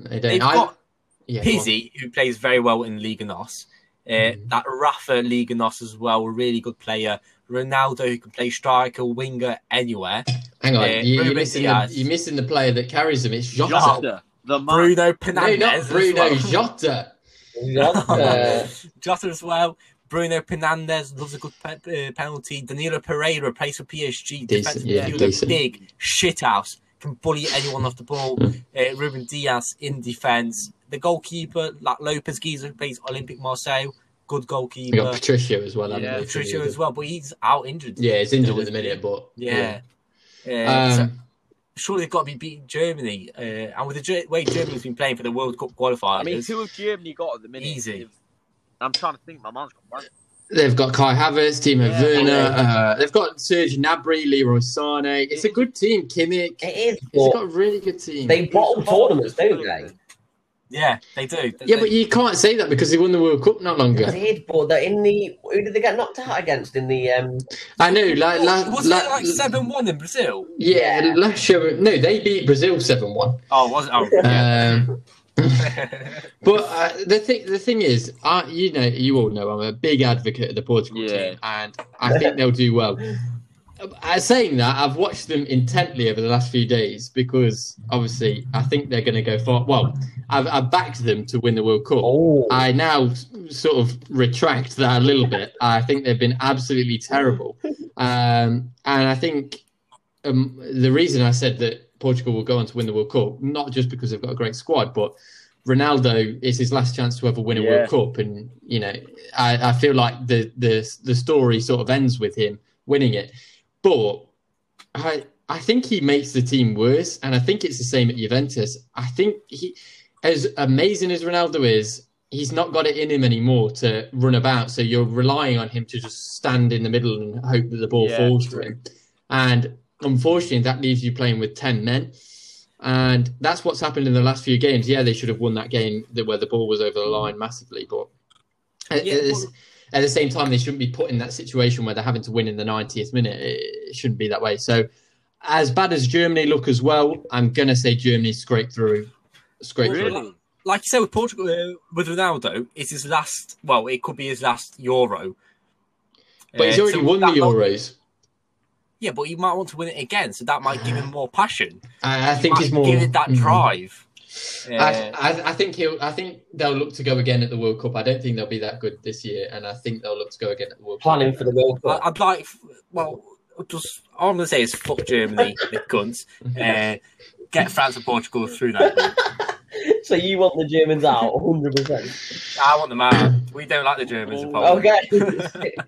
Speaker 1: They don't.
Speaker 3: They've
Speaker 1: I,
Speaker 3: got
Speaker 1: yeah, go on.
Speaker 3: Pizzi, who plays very well in Liga Nos. Uh,
Speaker 1: Mhm.
Speaker 3: That Rafa Liga Nos as well, a really good player. Ronaldo, who can play striker, winger, anywhere.
Speaker 1: Hang on,
Speaker 3: uh,
Speaker 1: you, you're
Speaker 3: Ruben
Speaker 1: missing the
Speaker 3: Dias.
Speaker 1: you're missing the player that carries them. It's Jota.
Speaker 4: Jota, the man.
Speaker 3: Bruno
Speaker 1: No,
Speaker 3: Fernandes.
Speaker 1: not
Speaker 3: as
Speaker 1: Bruno
Speaker 3: well.
Speaker 1: Jota.
Speaker 2: Uh,
Speaker 3: Jota as well. Bruno Fernandes loves a good pe- uh, penalty. Danilo Pereira plays for PSG. Defensive
Speaker 1: yeah,
Speaker 3: midfielder,
Speaker 1: decent.
Speaker 3: big shithouse. Can bully anyone off the ball.
Speaker 1: Hmm.
Speaker 3: uh, Ruben Diaz in defence. The goalkeeper, like Lopez Giza, who plays Olympic Marseille. Good
Speaker 1: We got
Speaker 3: goalkeeper. Uh,
Speaker 1: Patricio as well. haven't
Speaker 4: Yeah,
Speaker 1: we?
Speaker 3: Patricio as well, but he's out injured.
Speaker 1: Yeah, it's injured at the minute, but
Speaker 3: Yeah. Uh, so
Speaker 1: Um,
Speaker 3: surely they've got to be beating Germany. Uh, and with the Ger- way Germany's been playing for the World Cup qualifiers,
Speaker 4: I mean, who have Germany got at the minute?
Speaker 3: Easy.
Speaker 4: They've- I'm trying to think. My man's got one.
Speaker 1: they've got Kai Havertz, Timo
Speaker 4: Yeah.
Speaker 1: Werner. Uh, they've got Serge Gnabry, Leroy Sané. It's a good team. Kimmich. It's
Speaker 2: it is.
Speaker 1: got
Speaker 2: But
Speaker 1: a really good team.
Speaker 2: they bottle tournaments, don't they?
Speaker 3: yeah, they do. They-
Speaker 1: yeah, but you can't say that because they won the World Cup not long
Speaker 2: They
Speaker 1: ago.
Speaker 2: did, but they're in the who did they get knocked out against in the um?
Speaker 1: I know. Like,
Speaker 3: Oh,
Speaker 1: la,
Speaker 3: was
Speaker 1: la,
Speaker 3: it like seven one in Brazil?
Speaker 1: yeah,
Speaker 2: Yeah.
Speaker 1: last year. No, they beat Brazil seven one.
Speaker 3: Oh, was it? Oh,
Speaker 1: Um,
Speaker 3: yeah.
Speaker 1: But uh, the thing, the thing is, I, you know, you all know, I'm a big advocate of the Portugal
Speaker 4: Yeah.
Speaker 1: team, and I think they'll do well. Uh, saying that, I've watched them intently over the last few days because obviously I think they're going to go far. Well, I've, I've backed them to win the World Cup.
Speaker 2: Oh,
Speaker 1: I now s- sort of retract that a little bit. I think they've been absolutely terrible. Um, and I think um, the reason I said that Portugal will go on to win the World Cup, not just because they've got a great squad, but Ronaldo is his last chance to ever win a
Speaker 4: Yeah.
Speaker 1: World Cup. And, you know, I, I feel like the, the, the story sort of ends with him winning it. But I, I think he makes the team worse. And I think it's the same at Juventus. I think he, as amazing as Ronaldo is, he's not got it in him anymore to run about. So you're relying on him to just stand in the middle and hope that the ball
Speaker 4: Yeah,
Speaker 1: falls
Speaker 4: true.
Speaker 1: to him. And unfortunately, that leaves you playing with 10 men. And that's what's happened in the last few games. Yeah, they should have won that game that- where the ball was over the line massively. But at,
Speaker 3: Yeah,
Speaker 1: at the-
Speaker 3: well-
Speaker 1: at the same time, they shouldn't be put in that situation where they're having to win in the 90th minute. It, it shouldn't be that way. So as bad as Germany look as well, I'm going to say Germany scrape through. Scrape through.
Speaker 4: Really?
Speaker 3: Like you said with Portugal, uh, with Ronaldo, it's his last. Well, it could be his last Euro.
Speaker 1: But he's
Speaker 3: Uh,
Speaker 1: already
Speaker 3: so
Speaker 1: won the
Speaker 3: that might-
Speaker 1: Euros.
Speaker 3: yeah, but he might want to win it again, so that might give him more passion.
Speaker 1: I, I think
Speaker 3: might
Speaker 1: he's more.
Speaker 3: give it that
Speaker 1: Mhm.
Speaker 3: drive.
Speaker 1: I,
Speaker 3: Uh,
Speaker 1: I, I think he'll. I think they'll look to go again at the World Cup. I don't think they'll be that good this year, and I think they'll look to go again at the World
Speaker 2: Planning
Speaker 1: Cup.
Speaker 2: for the World
Speaker 3: I,
Speaker 2: Cup.
Speaker 3: I'd like, well, just all I'm gonna say is fuck Germany, the cunts.
Speaker 1: Mm-hmm.
Speaker 3: Uh, get France and Portugal through that. group.
Speaker 2: so you want the Germans out, 100%.
Speaker 3: I want them out. We don't like the Germans. in Poland.
Speaker 2: Okay.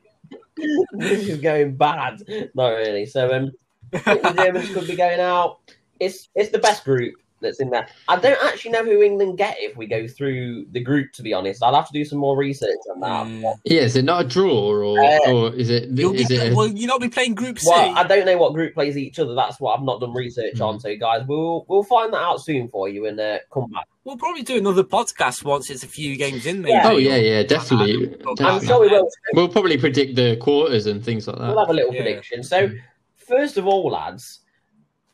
Speaker 2: this is going bad. Not really. So um, I think the Germans could be going out. It's it's the best group that's in there. I don't actually know who England get if we go through the group. To be honest, I'll have to do some more research on that.
Speaker 3: Mm.
Speaker 1: Yeah, is it not a draw, or
Speaker 2: Uh,
Speaker 1: or is it?
Speaker 3: You'll be,
Speaker 1: Is it?
Speaker 3: well, you'll not be playing Group C.
Speaker 2: Well, I don't know what group plays each other. That's what I've not done research
Speaker 1: Hmm.
Speaker 2: on. So, guys, we'll we'll find that out soon for you and uh, come back.
Speaker 3: We'll probably do another podcast once it's a few games in. Maybe.
Speaker 1: oh yeah, yeah, definitely.
Speaker 2: I'm
Speaker 1: definitely.
Speaker 2: sure we will.
Speaker 1: We'll probably predict the quarters and things like
Speaker 2: We'll
Speaker 1: that.
Speaker 2: have a little
Speaker 3: Yeah. Mm-hmm.
Speaker 2: prediction. So, first of all, lads,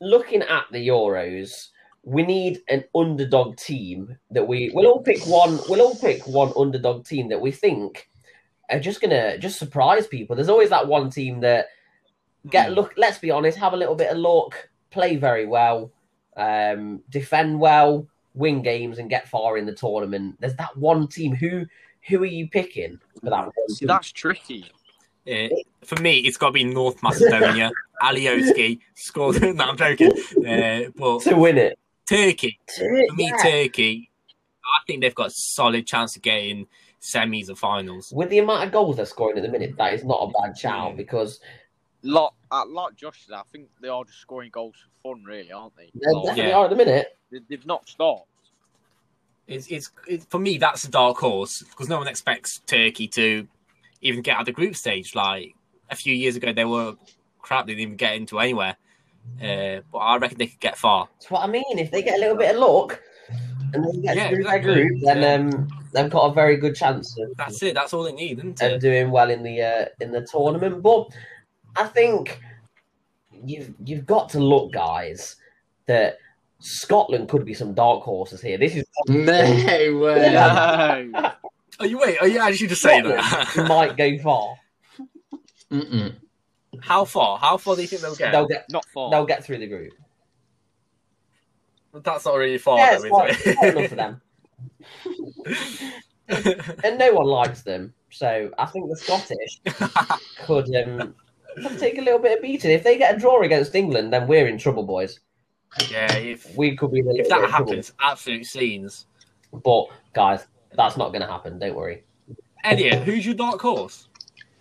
Speaker 2: looking at the Euros, we need an underdog team that we we'll all pick one. We'll all pick one underdog team that we think are just gonna just surprise people. There's always that one team that get
Speaker 3: Mm.
Speaker 2: look. Let's be honest, have a little bit of luck, play very well, um, defend well, win games, and get far in the tournament. There's that one team. Who who are you picking for that? One
Speaker 4: See,
Speaker 2: team?
Speaker 4: that's tricky.
Speaker 3: Uh, for me, it's got to be North Macedonia. Alioski scored. no, I'm joking. Uh, but
Speaker 2: to win it.
Speaker 3: Turkey, for me,
Speaker 2: Yeah.
Speaker 3: Turkey. I think they've got a solid chance of getting semis or finals.
Speaker 2: with the amount of goals they're scoring at the minute, that is not a bad
Speaker 3: Mm.
Speaker 2: shout because
Speaker 4: Like, uh, like Josh said, I think they are just scoring goals for fun, really, aren't they?
Speaker 2: they
Speaker 4: Like,
Speaker 2: definitely
Speaker 3: Yeah.
Speaker 2: are at the minute.
Speaker 4: they- They've not stopped.
Speaker 3: It's, it's, it's for me that's a dark horse because no one expects Turkey to even get out of the group stage. Like a few years ago, they were crap; they didn't even get into anywhere. Uh, but I reckon they could get far.
Speaker 2: That's what I mean. If they get a little bit of luck and they get
Speaker 3: Yeah,
Speaker 2: through their
Speaker 3: exactly.
Speaker 2: group, then um, they've got a very good chance of,
Speaker 3: That's it. That's all they need, isn't
Speaker 2: of
Speaker 3: it?
Speaker 2: doing well in the uh, in the tournament. But I think you've you've got to look, guys, that Scotland could be some dark horses here. This is
Speaker 1: No way.
Speaker 2: Yeah.
Speaker 4: No.
Speaker 3: Are Oh, you wait? Are you actually just saying
Speaker 2: Scotland
Speaker 3: that?
Speaker 2: might go far.
Speaker 1: Mm-mm.
Speaker 3: How far? How far do you think they'll get?
Speaker 2: They'll get
Speaker 4: not far.
Speaker 2: they'll get through the group.
Speaker 3: That's not really far,
Speaker 2: yeah, it's
Speaker 3: though, is
Speaker 2: quite,
Speaker 3: it?
Speaker 2: quite enough for them. and no one likes them. So I think the Scottish could um, could take a little bit of beating. If they get a draw against England, then we're in trouble, boys.
Speaker 3: yeah, if,
Speaker 2: We could be in a
Speaker 3: if
Speaker 2: little bit
Speaker 3: that
Speaker 2: of trouble.
Speaker 3: happens, absolute scenes.
Speaker 2: But guys, that's not going to happen. Don't worry.
Speaker 3: Elliot, who's your dark horse?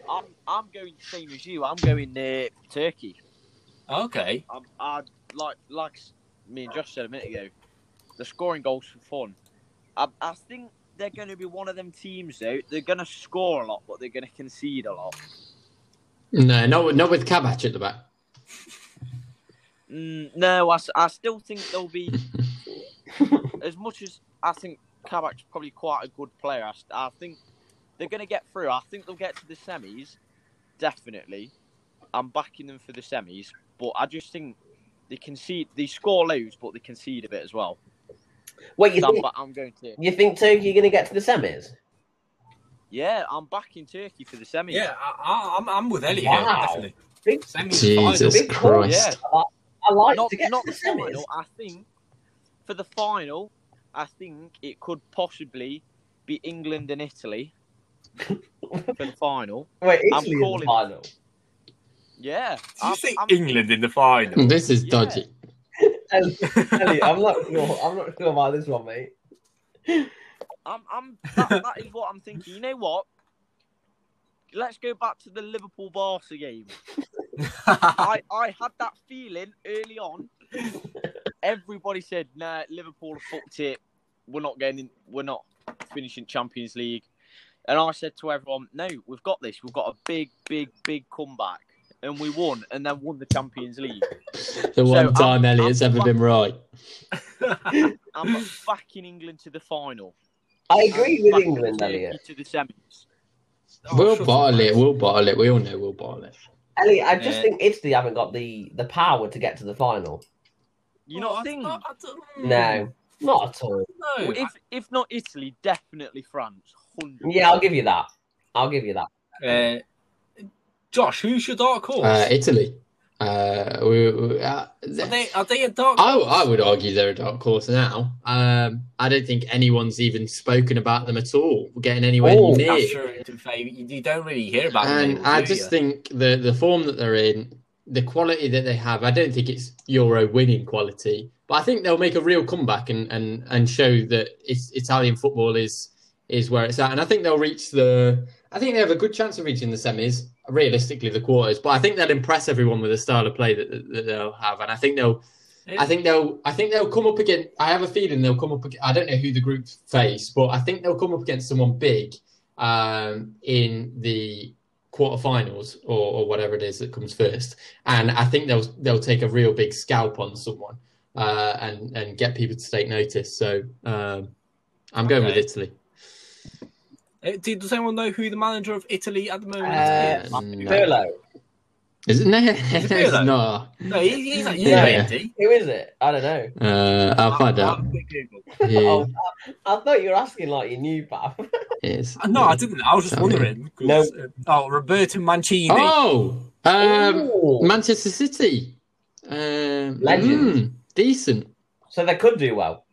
Speaker 4: I'm, I'm going same as you. I'm going uh, Turkey.
Speaker 3: Okay.
Speaker 4: I'm, I like like me and Josh said a minute ago. They're scoring goals for fun. I, I think they're going to be one of them teams though. They're going to score a lot, but they're going to concede a lot.
Speaker 1: No, not with- not with Kabach at the back.
Speaker 4: Mm, no, I, s- I still think they'll be as much as I think Kabak's probably quite a good player. I, s- I think they're going to get through. I think they'll get to the semis, definitely. I'm backing them for the semis, but I just think they concede, they score loads, but they concede a bit as well.
Speaker 2: Wait, you
Speaker 4: So I'm,
Speaker 2: think,
Speaker 4: ba- I'm going to.
Speaker 2: you think Turkey are going to get to the semis?
Speaker 4: Yeah, I'm backing Turkey for the semis.
Speaker 3: Yeah, I, I, I'm, I'm with Elliot.
Speaker 2: Wow.
Speaker 3: Here, definitely.
Speaker 2: Big-
Speaker 3: Semi
Speaker 1: Jesus
Speaker 2: big goal,
Speaker 1: Christ.
Speaker 2: I like
Speaker 4: not
Speaker 2: Oh, to get
Speaker 4: not
Speaker 2: to
Speaker 4: the
Speaker 2: the semis.
Speaker 4: final. I think for the final, I think it could possibly be England and Italy for the final.
Speaker 2: Wait,
Speaker 4: I'm
Speaker 2: Italy in the
Speaker 4: calling-
Speaker 2: final.
Speaker 4: Yeah,
Speaker 3: Did you
Speaker 4: I'm-
Speaker 3: say
Speaker 4: I'm-
Speaker 3: England in the final?
Speaker 1: This is
Speaker 4: Yeah.
Speaker 1: dodgy.
Speaker 2: Elliot, I'm not sure. I'm not sure about this one, mate.
Speaker 4: I'm, I'm that, that is what I'm thinking. You know what? Let's go back to the Liverpool Barca game.
Speaker 3: Oh,
Speaker 4: I, I had that feeling early on. Everybody said, "Nah, Liverpool have fucked it. we're not getting, in, we're not finishing Champions League. And I said to everyone, no, we've got this. We've got a big, big, big comeback. And we won, and then won the Champions League.
Speaker 1: The one
Speaker 4: I'm-
Speaker 1: time Elliot's
Speaker 4: I'm-
Speaker 1: ever been right.
Speaker 4: I'm backing England to the final.
Speaker 2: I agree with
Speaker 4: Backing
Speaker 2: England,
Speaker 4: Turkey
Speaker 2: Elliot.
Speaker 4: To the semis.
Speaker 3: Oh,
Speaker 1: we'll
Speaker 3: shut
Speaker 1: bottle
Speaker 3: up.
Speaker 1: it. We'll bottle it. We all know we'll bottle it.
Speaker 2: Elliot, I just
Speaker 3: Yeah.
Speaker 2: think Italy haven't got the the power to get to the final.
Speaker 4: You
Speaker 3: Oh,
Speaker 4: not
Speaker 3: I- oh.
Speaker 4: think?
Speaker 3: I- I don't-
Speaker 2: No, not at all.
Speaker 3: No.
Speaker 4: If if not Italy, definitely France. 100%.
Speaker 2: Yeah, I'll give you that. I'll give you that.
Speaker 3: Uh, Josh, who's your dark horse?
Speaker 1: Uh, Italy. Uh, we, we- uh,
Speaker 3: are, they, are they a dark
Speaker 1: I, I would argue they're a dark horse now. Um, I don't think anyone's even spoken about them at all, getting anywhere
Speaker 2: Oh,
Speaker 1: near.
Speaker 3: That's true, to be fair. You, you don't really hear about
Speaker 1: And
Speaker 3: them.
Speaker 1: I
Speaker 3: do
Speaker 1: just
Speaker 3: you?
Speaker 1: think the the form that they're in, the quality that they have, I don't think it's Euro winning quality, but I think they'll make a real comeback and and and show that it's, Italian football is is where it's at. And I think they'll reach the. I think they have a good chance of reaching the semis, realistically the quarters. But I think they'll impress everyone with the style of play that, that they'll have, and I think they'll I think they'll. I think they'll come up against. I have a feeling they'll come up. ag- I don't know who the group face, but I think they'll come up against someone big um, in the quarterfinals or, or whatever it is that comes first. And I think they'll they'll take a real big scalp on someone uh, and and get people to take notice. So um, I'm going
Speaker 3: Okay.
Speaker 1: with Italy.
Speaker 3: Uh, do- Does anyone know who the manager of Italy at the moment
Speaker 2: Uh,
Speaker 3: is?
Speaker 1: no.
Speaker 2: Pirlo.
Speaker 1: Is it no?
Speaker 3: it
Speaker 1: it's
Speaker 3: Pirlo?
Speaker 1: not.
Speaker 3: No, he, he's at
Speaker 1: Yeah.
Speaker 3: Indy.
Speaker 2: Who is it? I don't know.
Speaker 1: Uh, I'll find out. Yeah,
Speaker 2: Oh, I, I thought you were asking like you knew, pal.
Speaker 1: it's-
Speaker 3: Uh, No, I didn't. I was just
Speaker 1: Sorry.
Speaker 3: wondering. 'cause,
Speaker 2: No.
Speaker 3: uh, oh, Roberto Mancini.
Speaker 1: Oh, um,
Speaker 2: Ooh.
Speaker 1: Manchester City. Um,
Speaker 2: Legend.
Speaker 1: mm, decent.
Speaker 2: So they could do well.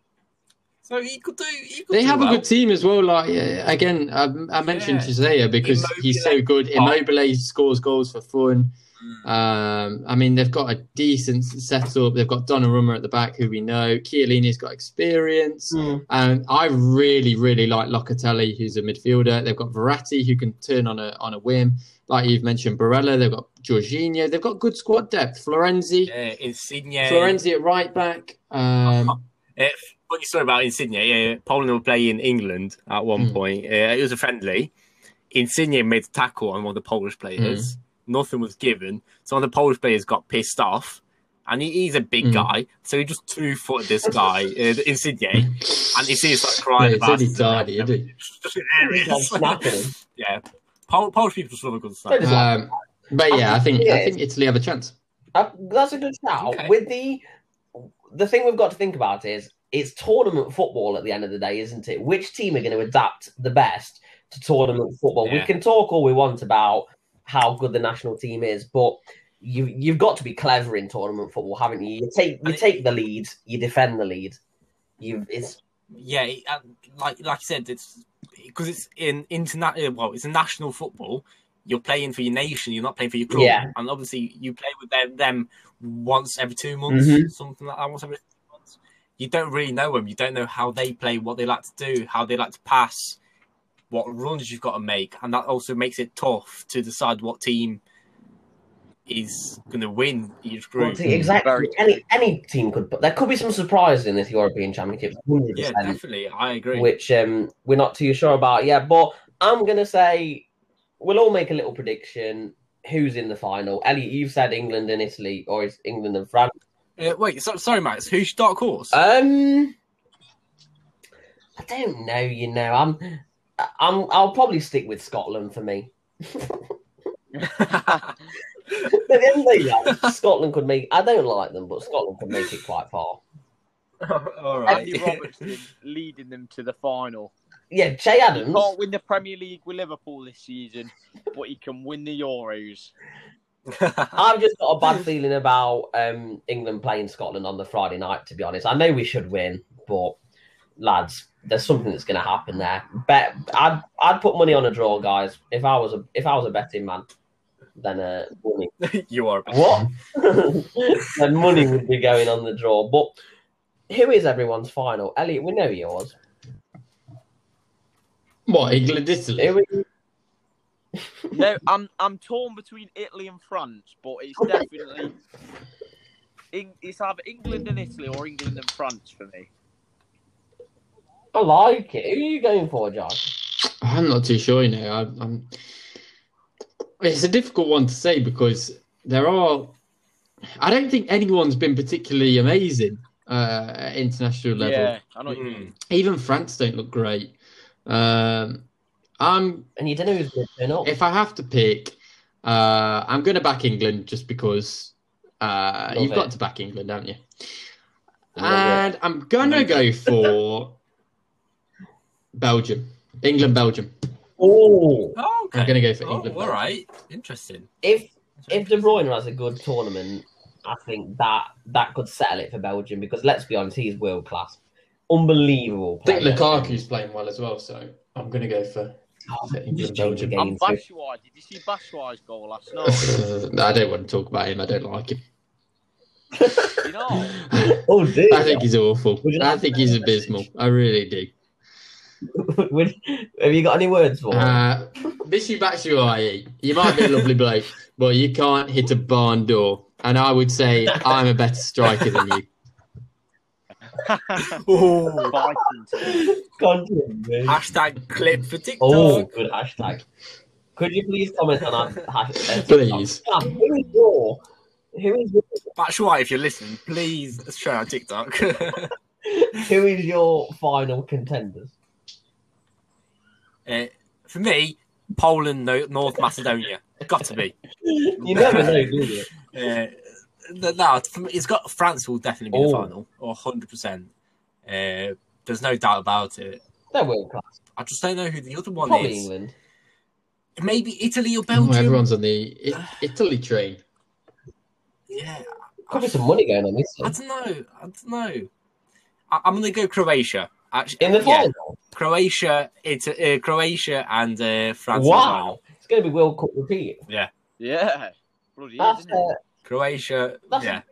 Speaker 3: So he could do. He could
Speaker 1: They
Speaker 3: do
Speaker 1: have
Speaker 3: well.
Speaker 1: a good team as well. Like uh, again, I, I mentioned
Speaker 3: Yeah.
Speaker 1: Isaiah because he's so good. Immobile scores goals for fun.
Speaker 3: Mm.
Speaker 1: Um, I mean, they've got a decent setup. They've got Donnarumma at the back, who we know. Chiellini's got experience.
Speaker 3: Mm.
Speaker 1: And I really, really like Locatelli, who's a midfielder. They've got Verratti, who can turn on a on a whim. Like you've mentioned, Barella. They've got Jorginho. They've got good squad depth. Florenzi.
Speaker 3: Yeah, Insigne.
Speaker 1: Florenzi at right back. Um,
Speaker 3: Uh, funny story about Insigne. Yeah, Poland were playing England at one
Speaker 1: Mm.
Speaker 3: point. Uh, it was a friendly. Insigne made a tackle on one of the Polish players.
Speaker 1: Hmm.
Speaker 3: Nothing was given. So one of the Polish players got pissed off. And he, he's a big
Speaker 1: Mm.
Speaker 3: guy, so he just two footed this guy, uh, Insigne, and he sees like crying
Speaker 1: Yeah, he's
Speaker 3: about
Speaker 1: only
Speaker 3: it.
Speaker 1: dirty, isn't he?
Speaker 3: Just hilarious.
Speaker 2: I'm snapping.
Speaker 3: yeah, Pol- Polish people just love a good snap.
Speaker 2: They're just
Speaker 1: um, but yeah, I think I
Speaker 2: Yeah.
Speaker 1: think Italy have a chance.
Speaker 2: Uh, that's a good shout.
Speaker 3: Okay.
Speaker 2: With the the thing we've got to think about is it's tournament football at the end of the day, isn't it? Which team are going to adapt the best to tournament football? We
Speaker 3: Yeah.
Speaker 2: can talk all we want about how good the national team is, but you you've got to be clever in tournament football, haven't you? You take you
Speaker 3: And it-
Speaker 2: take the lead, you defend the lead. You it's
Speaker 3: yeah, it- and like like I said, it's because it's in international. Well, it's a national football. You're playing for your nation. You're not playing for your club.
Speaker 2: Yeah.
Speaker 3: And obviously, you play with them, them once every two months,
Speaker 2: Mhm.
Speaker 3: something like that. Once every two months. You don't really know them. You don't know how they play, what they like to do, how they like to pass, what runs you've got to make, and that also makes it tough to decide what team is going to win each group.
Speaker 2: well, exactly
Speaker 4: Very
Speaker 2: any any team could, but there could be some surprises in this European Championship. 100%.
Speaker 3: Yeah, definitely. I agree.
Speaker 2: which um, we're not too sure about yet. But I'm gonna say we'll all make a little prediction. Who's in the final? Elliot, you've said England and Italy, or is England and France?
Speaker 3: Uh, wait, so, sorry, Max. Who's your dark horse?
Speaker 2: Um, I don't know. You know, I'm, I'm, I'll probably stick with Scotland for me. But at the end of the day, Scotland could make. I don't like them, but Scotland could make it quite far.
Speaker 3: All
Speaker 4: Andy Robertson leading them to the final.
Speaker 2: Yeah, Jay Adams.
Speaker 4: Can't win the Premier League with Liverpool this season, but he can win the Euros.
Speaker 2: I've just got a bad feeling about um, England playing Scotland on the Friday night. To be honest, I know we should win, but lads, there's something that's going to happen there. Bet I'd I'd put money on a draw, guys. If I was a if I was a betting man, then uh, money
Speaker 3: you are.
Speaker 2: what? then money would be going on the draw. But who is everyone's final? Elliot, we know yours.
Speaker 1: What England, Italy?
Speaker 2: Who is-
Speaker 4: No, I'm I'm torn between Italy and France, but it's definitely Eng- it's either England and Italy or England and France for me.
Speaker 2: I like it. Who are you going for, Josh?
Speaker 1: I'm not too sure, you know. I, I'm. It's a difficult one to say because there are. I don't think anyone's been particularly amazing uh, at international level.
Speaker 4: Yeah, I know. what you mean.
Speaker 3: Mm.
Speaker 1: Even France don't look great. Um, I'm
Speaker 2: And you don't know who's going to turn up.
Speaker 1: if I have to pick, uh, I'm going to back England just because uh,
Speaker 2: Love
Speaker 1: you've
Speaker 2: it.
Speaker 1: got to back England, haven't you?
Speaker 2: Love it.
Speaker 1: And I'm going to go for Belgium. England, Belgium.
Speaker 2: Oh,
Speaker 3: Oh, okay.
Speaker 1: I'm going to go for
Speaker 3: Oh,
Speaker 1: England.
Speaker 3: all
Speaker 1: Belgium.
Speaker 3: right. Interesting.
Speaker 2: if if De Bruyne has a good tournament, I think that that could settle it for Belgium because let's be honest, he's world class, unbelievable.
Speaker 1: I think
Speaker 2: player.
Speaker 1: Lukaku's playing well as well, so I'm going to go for.
Speaker 2: Oh,
Speaker 1: for England,
Speaker 2: just change the
Speaker 1: Belgium.
Speaker 2: game
Speaker 4: And
Speaker 2: too.
Speaker 4: Bashua, did you see Bashua's goal last night?
Speaker 1: No, I don't want to talk about him. I don't like him.
Speaker 4: you know,
Speaker 2: Oh, dude.
Speaker 1: I think he's awful.
Speaker 2: Would you
Speaker 1: I
Speaker 2: like
Speaker 1: think
Speaker 2: to
Speaker 1: he's
Speaker 2: send a message?
Speaker 1: abysmal. I really do.
Speaker 2: Would- have you got any words for him?
Speaker 1: Uh, Bishu Batshuayi, you might be a lovely bloke, but you can't hit a barn door. And I would say I'm a better striker than you.
Speaker 3: Oh.
Speaker 4: fighting to
Speaker 2: Continue, mate.
Speaker 3: Hashtag clip for TikTok.
Speaker 2: Oh, good hashtag. Could you please comment on our hashtag?
Speaker 1: Please.
Speaker 2: Ah, who is your? Who is your,
Speaker 3: Batshuayi, if you're listening, please share on TikTok.
Speaker 2: who is your final contenders?
Speaker 3: uh, for me, Poland, no, North Macedonia. Got to be.
Speaker 2: You never know, do you?
Speaker 3: Uh, no, no, for me, it's got France will definitely be
Speaker 2: Oh.
Speaker 3: the final, or hundred percent. Uh, there's no doubt about it.
Speaker 2: They're world class.
Speaker 3: I just don't know who the other one
Speaker 2: Probably
Speaker 3: is.
Speaker 2: England.
Speaker 3: Maybe Italy or
Speaker 1: Oh,
Speaker 3: Belgium.
Speaker 1: everyone's on the I- Italy train.
Speaker 3: Yeah,
Speaker 2: Could be some money going on this
Speaker 3: I
Speaker 2: one.
Speaker 3: don't know. I don't know. I, I'm gonna go Croatia. Actually,
Speaker 2: In the
Speaker 3: yeah,
Speaker 2: final.
Speaker 3: Croatia, it's uh, Croatia and uh, France. in the
Speaker 2: Wow.
Speaker 3: final.
Speaker 2: It's going to be World Cup repeat.
Speaker 4: Yeah. Bloody is,
Speaker 2: That's,
Speaker 4: isn't
Speaker 2: uh,
Speaker 4: it?
Speaker 3: Croatia.
Speaker 2: That's-
Speaker 3: yeah,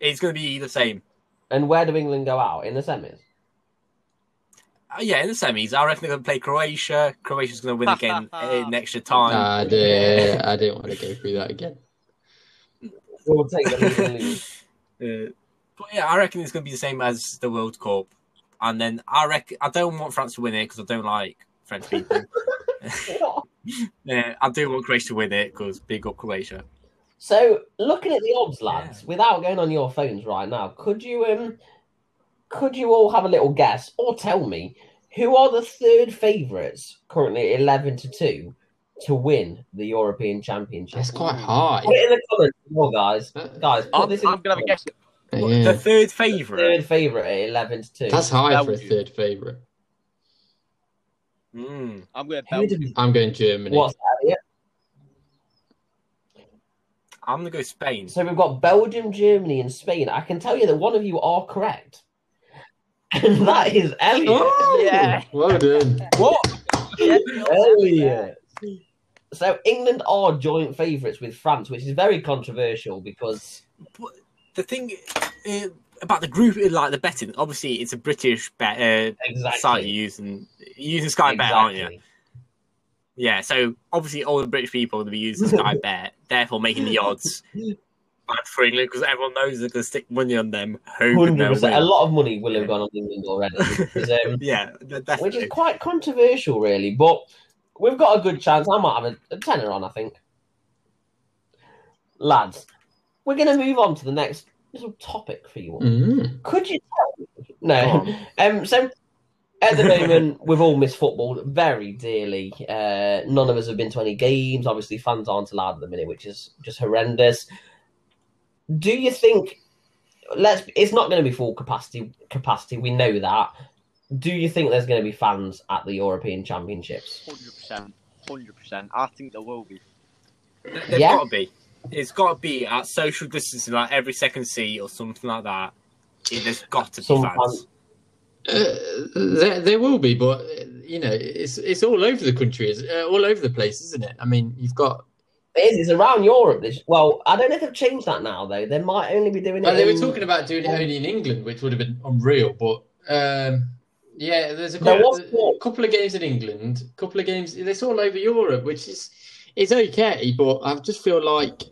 Speaker 3: it's gonna be the same.
Speaker 2: and where do England go out? In the semis?
Speaker 3: Uh, yeah, in the semis, I reckon they're gonna play Croatia. Croatia's gonna win again uh, in extra time.
Speaker 1: Uh, I don't, I don't want to go through that again.
Speaker 2: We'll take the lead and lose.
Speaker 3: Uh, but yeah, I reckon it's going to be the same as the World Cup. And then I reckon I don't want France to win it because I don't like French people. Uh, I do want Croatia to win it because big up Croatia.
Speaker 2: So, looking at the odds, lads, without going on your phones right now, could you um, could you all have a little guess or tell me who are the third favourites currently, at eleven to two, to win the European Championship?
Speaker 1: That's quite high.
Speaker 2: Put it in the comments, as well, guys.
Speaker 1: Uh,
Speaker 2: Guys, put
Speaker 4: I'm,
Speaker 2: this in
Speaker 4: I'm
Speaker 2: the
Speaker 4: gonna have a guess.
Speaker 3: The
Speaker 1: yeah.
Speaker 3: third
Speaker 2: third
Speaker 3: favourite.
Speaker 2: favourite at eleven to two.
Speaker 1: That's high for a
Speaker 4: Belgium.
Speaker 1: third favourite.
Speaker 3: Mm.
Speaker 4: I'm going
Speaker 2: Who
Speaker 4: Belgium.
Speaker 2: did we-
Speaker 1: I'm going Germany.
Speaker 2: What's that? Yeah.
Speaker 3: I'm going to go Spain.
Speaker 2: So we've got Belgium, Germany, and Spain. I can tell you that one of you are correct, and that is Elliot.
Speaker 1: Oh,
Speaker 4: Yeah.
Speaker 1: Well done.
Speaker 3: What?
Speaker 2: Elliot. So England are joint favourites with France, which is very controversial because
Speaker 3: The thing uh, about the group, uh, like the betting, obviously it's a British bet, uh,
Speaker 2: exactly,
Speaker 3: site you're using. You're using Sky Bet, aren't you?
Speaker 2: exactly.
Speaker 3: Yeah, so obviously all the British people will be using Sky Bet, therefore making the odds bad for England because everyone knows they're going to stick money on them. Hoping
Speaker 2: Hundred
Speaker 3: they'll
Speaker 2: percent. A
Speaker 3: win.
Speaker 2: lot of money will have gone on England already, because, um,
Speaker 3: Yeah, de-
Speaker 2: which is
Speaker 3: definitely.
Speaker 2: quite controversial, really. But we've got a good chance. I might have a, a tenner on. I think, lads, we're going to move on to the next little topic for you. all.
Speaker 1: Mm.
Speaker 2: Could you tell me? No. Um, so at the moment, we've all missed football very dearly. Uh, none of us have been to any games. Obviously, fans aren't allowed at the minute, which is just horrendous. Do you think? Let's. It's not going to be full capacity. Capacity. We know that. Do you think there's going to be fans at the European Championships?
Speaker 4: Hundred percent. Hundred percent. I think there will be.
Speaker 3: They've
Speaker 2: Yeah.
Speaker 3: got to be. It's got to be at social distancing, like every second seat or something like that. It, there's got to be
Speaker 2: Some
Speaker 3: fans.
Speaker 1: Uh, there, there will be, but uh, you know, it's it's all over the country, it's, uh, all over the place, isn't it? I mean, you've got
Speaker 2: It is. It's around Europe. This. Well, I don't know if they've changed that now though. They might only be doing it.
Speaker 1: Well, they were
Speaker 2: in-
Speaker 1: talking about
Speaker 2: um,
Speaker 1: doing it only in England, which would have been unreal. But um, yeah, there's a
Speaker 2: There
Speaker 1: couple,
Speaker 2: was one.
Speaker 1: a couple of games in England, a couple of games. It's all over Europe, which is is okay. But I just feel like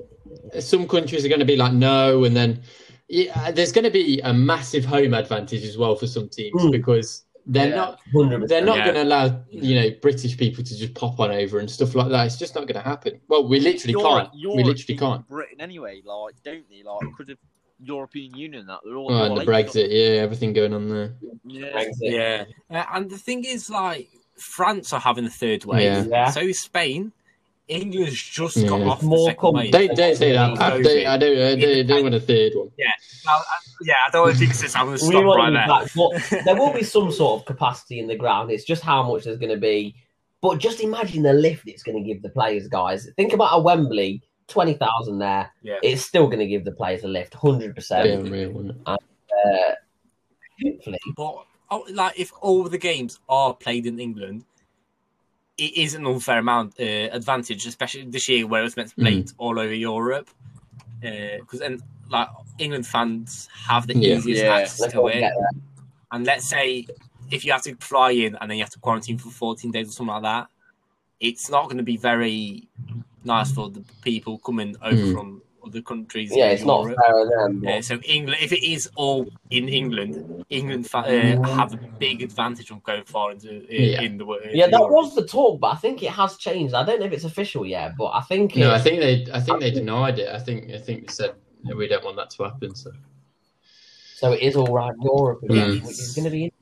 Speaker 1: some countries are going to be like no, and then yeah, there's going to be a massive home advantage as well for some teams
Speaker 2: Mm.
Speaker 1: because They're
Speaker 4: Yeah.
Speaker 1: not.
Speaker 2: 100%.
Speaker 1: They're not
Speaker 3: Yeah.
Speaker 1: going to allow you know British people to just pop on over and stuff like that. It's just not going to happen. Well, we literally can't. we literally can't.
Speaker 4: Britain anyway, like don't they? Like because of European Union, that they're all.
Speaker 1: Oh, and
Speaker 4: all
Speaker 1: the
Speaker 4: linked up.
Speaker 1: Brexit, yeah, everything going on there.
Speaker 4: Yeah.
Speaker 2: Brexit.
Speaker 3: Yeah. Uh, and the thing is, like, France are having the third wave.
Speaker 1: Yeah.
Speaker 2: Yeah.
Speaker 3: So is Spain. England's just
Speaker 1: Yeah.
Speaker 3: got off the
Speaker 2: More
Speaker 3: second
Speaker 2: com-
Speaker 3: wave.
Speaker 1: Don't don't say that. I don't. I don't, I don't, I don't want a third one.
Speaker 3: Now, I- yeah, I don't want to think this. I'm going to
Speaker 2: We
Speaker 3: stop
Speaker 2: won't
Speaker 3: right
Speaker 2: be
Speaker 3: there.
Speaker 2: back, but there will be some sort of capacity in the ground. It's just how much there's going to be. But just imagine the lift it's going to give the players, guys. Think about a Wembley, 20,000 there.
Speaker 3: Yeah.
Speaker 2: It's still going to give the players a lift, 100%.
Speaker 1: Damn real one.
Speaker 2: Uh, hopefully.
Speaker 3: But oh, like, if all the games are played in England, it is an unfair amount uh, advantage, especially this year where it's meant to be played all over Europe. Because then, like, England fans have the
Speaker 1: Yeah.
Speaker 3: easiest
Speaker 4: Yeah.
Speaker 3: access
Speaker 2: Let's
Speaker 3: to
Speaker 2: not
Speaker 3: it.
Speaker 2: forget that.
Speaker 3: And let's say if you have to fly in and then you have to quarantine for 14 days or something like that, it's not going to be very nice for the people coming over
Speaker 1: Hmm.
Speaker 3: from other countries.
Speaker 2: Yeah,
Speaker 3: in
Speaker 2: it's not
Speaker 3: Europe.
Speaker 2: fair on them. but-
Speaker 3: Uh, so England, if it is all in England, England fa- uh, have a big advantage on going far into uh,
Speaker 1: Yeah.
Speaker 3: in the world.
Speaker 2: Yeah, that was the talk, but I think it has changed. I don't know if it's official yet, but I think
Speaker 1: No, I
Speaker 2: it-
Speaker 1: think they. I think they denied it. I think. I think they said "No, we don't want that to happen. So
Speaker 2: so. It is all right, Europe, again,
Speaker 3: Mm.
Speaker 2: which is going to be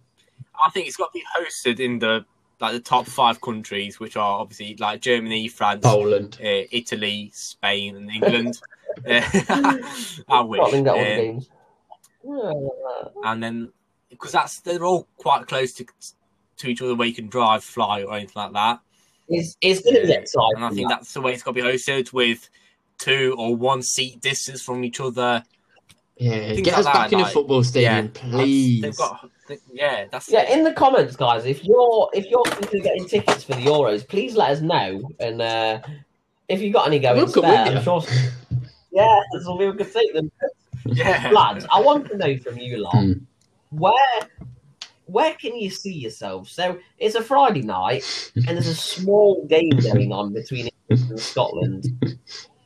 Speaker 3: I think it's got to be hosted in the like the top five countries, which are obviously like Germany, France,
Speaker 2: Oh.
Speaker 1: Poland.
Speaker 3: uh, Italy, Spain, and England. Uh, I wish.
Speaker 2: Scotland got all the
Speaker 3: Um,
Speaker 2: games. Yeah.
Speaker 3: and then because that's they're all quite close to to each other where you can drive, fly, or anything like that.
Speaker 2: It's, it's going to be
Speaker 3: Yeah.
Speaker 2: exciting.
Speaker 3: And I think that's the way it's got to be hosted with two or one seat distance from each other.
Speaker 1: Yeah,
Speaker 3: Things
Speaker 1: get
Speaker 3: like
Speaker 1: us
Speaker 3: that,
Speaker 1: back in a
Speaker 3: like-
Speaker 1: football stadium,
Speaker 3: That's-
Speaker 1: please.
Speaker 3: They've got, they- yeah, that's
Speaker 2: yeah, in the comments, guys, if you're if you're thinking of getting tickets for the Euros, please let us know. And uh, if you got any going
Speaker 1: We'll come
Speaker 2: spare,
Speaker 1: with
Speaker 2: I'm
Speaker 1: you.
Speaker 2: sure. Yeah, so we could take them.
Speaker 3: yeah.
Speaker 2: lads, uh, I want to know from you lot
Speaker 1: Hmm.
Speaker 2: where where can you see yourself? So it's a Friday night, and there's a small game going on between England and Scotland.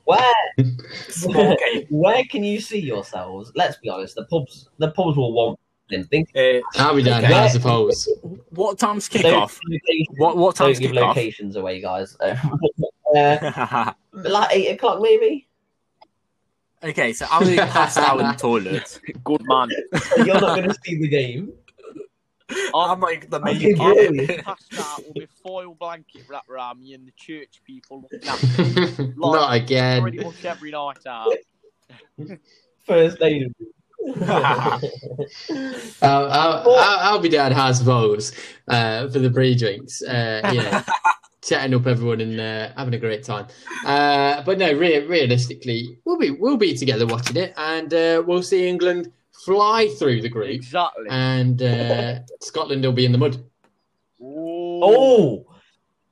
Speaker 2: Where
Speaker 3: Small game.
Speaker 2: where can you see yourselves? Let's be honest, the pubs the pubs will want. them. Think
Speaker 3: Uh,
Speaker 1: I'll be down
Speaker 3: Okay.
Speaker 1: there, I suppose.
Speaker 3: what time's
Speaker 2: don't
Speaker 3: kickoff?
Speaker 2: give locations-
Speaker 3: What what
Speaker 2: don't
Speaker 3: time's
Speaker 2: give
Speaker 3: kickoff?
Speaker 2: locations away, guys. uh, like eight o'clock, maybe.
Speaker 3: okay, so I'm gonna pass out in the toilet.
Speaker 4: Good man.
Speaker 2: You're not going to see the game.
Speaker 3: I'm like the main
Speaker 2: Okay,
Speaker 3: kid.
Speaker 2: really?
Speaker 4: Past that will be foil blanket wrapped around me and the church people looking at me
Speaker 1: Not
Speaker 4: pretty
Speaker 1: again.
Speaker 4: much every night uh, out.
Speaker 2: First day.
Speaker 1: I'll,
Speaker 3: Oh.
Speaker 1: I'll, I'll, I'll be down house bowls uh, for the pre-drinks. Uh, you know, chatting up everyone and uh, having a great time. Uh, but no, re- realistically, we'll be we'll be together watching it, and uh, we'll see England fly through the group,
Speaker 4: Exactly.
Speaker 1: and uh, Scotland will be in the mud.
Speaker 4: Oh,
Speaker 2: Oh,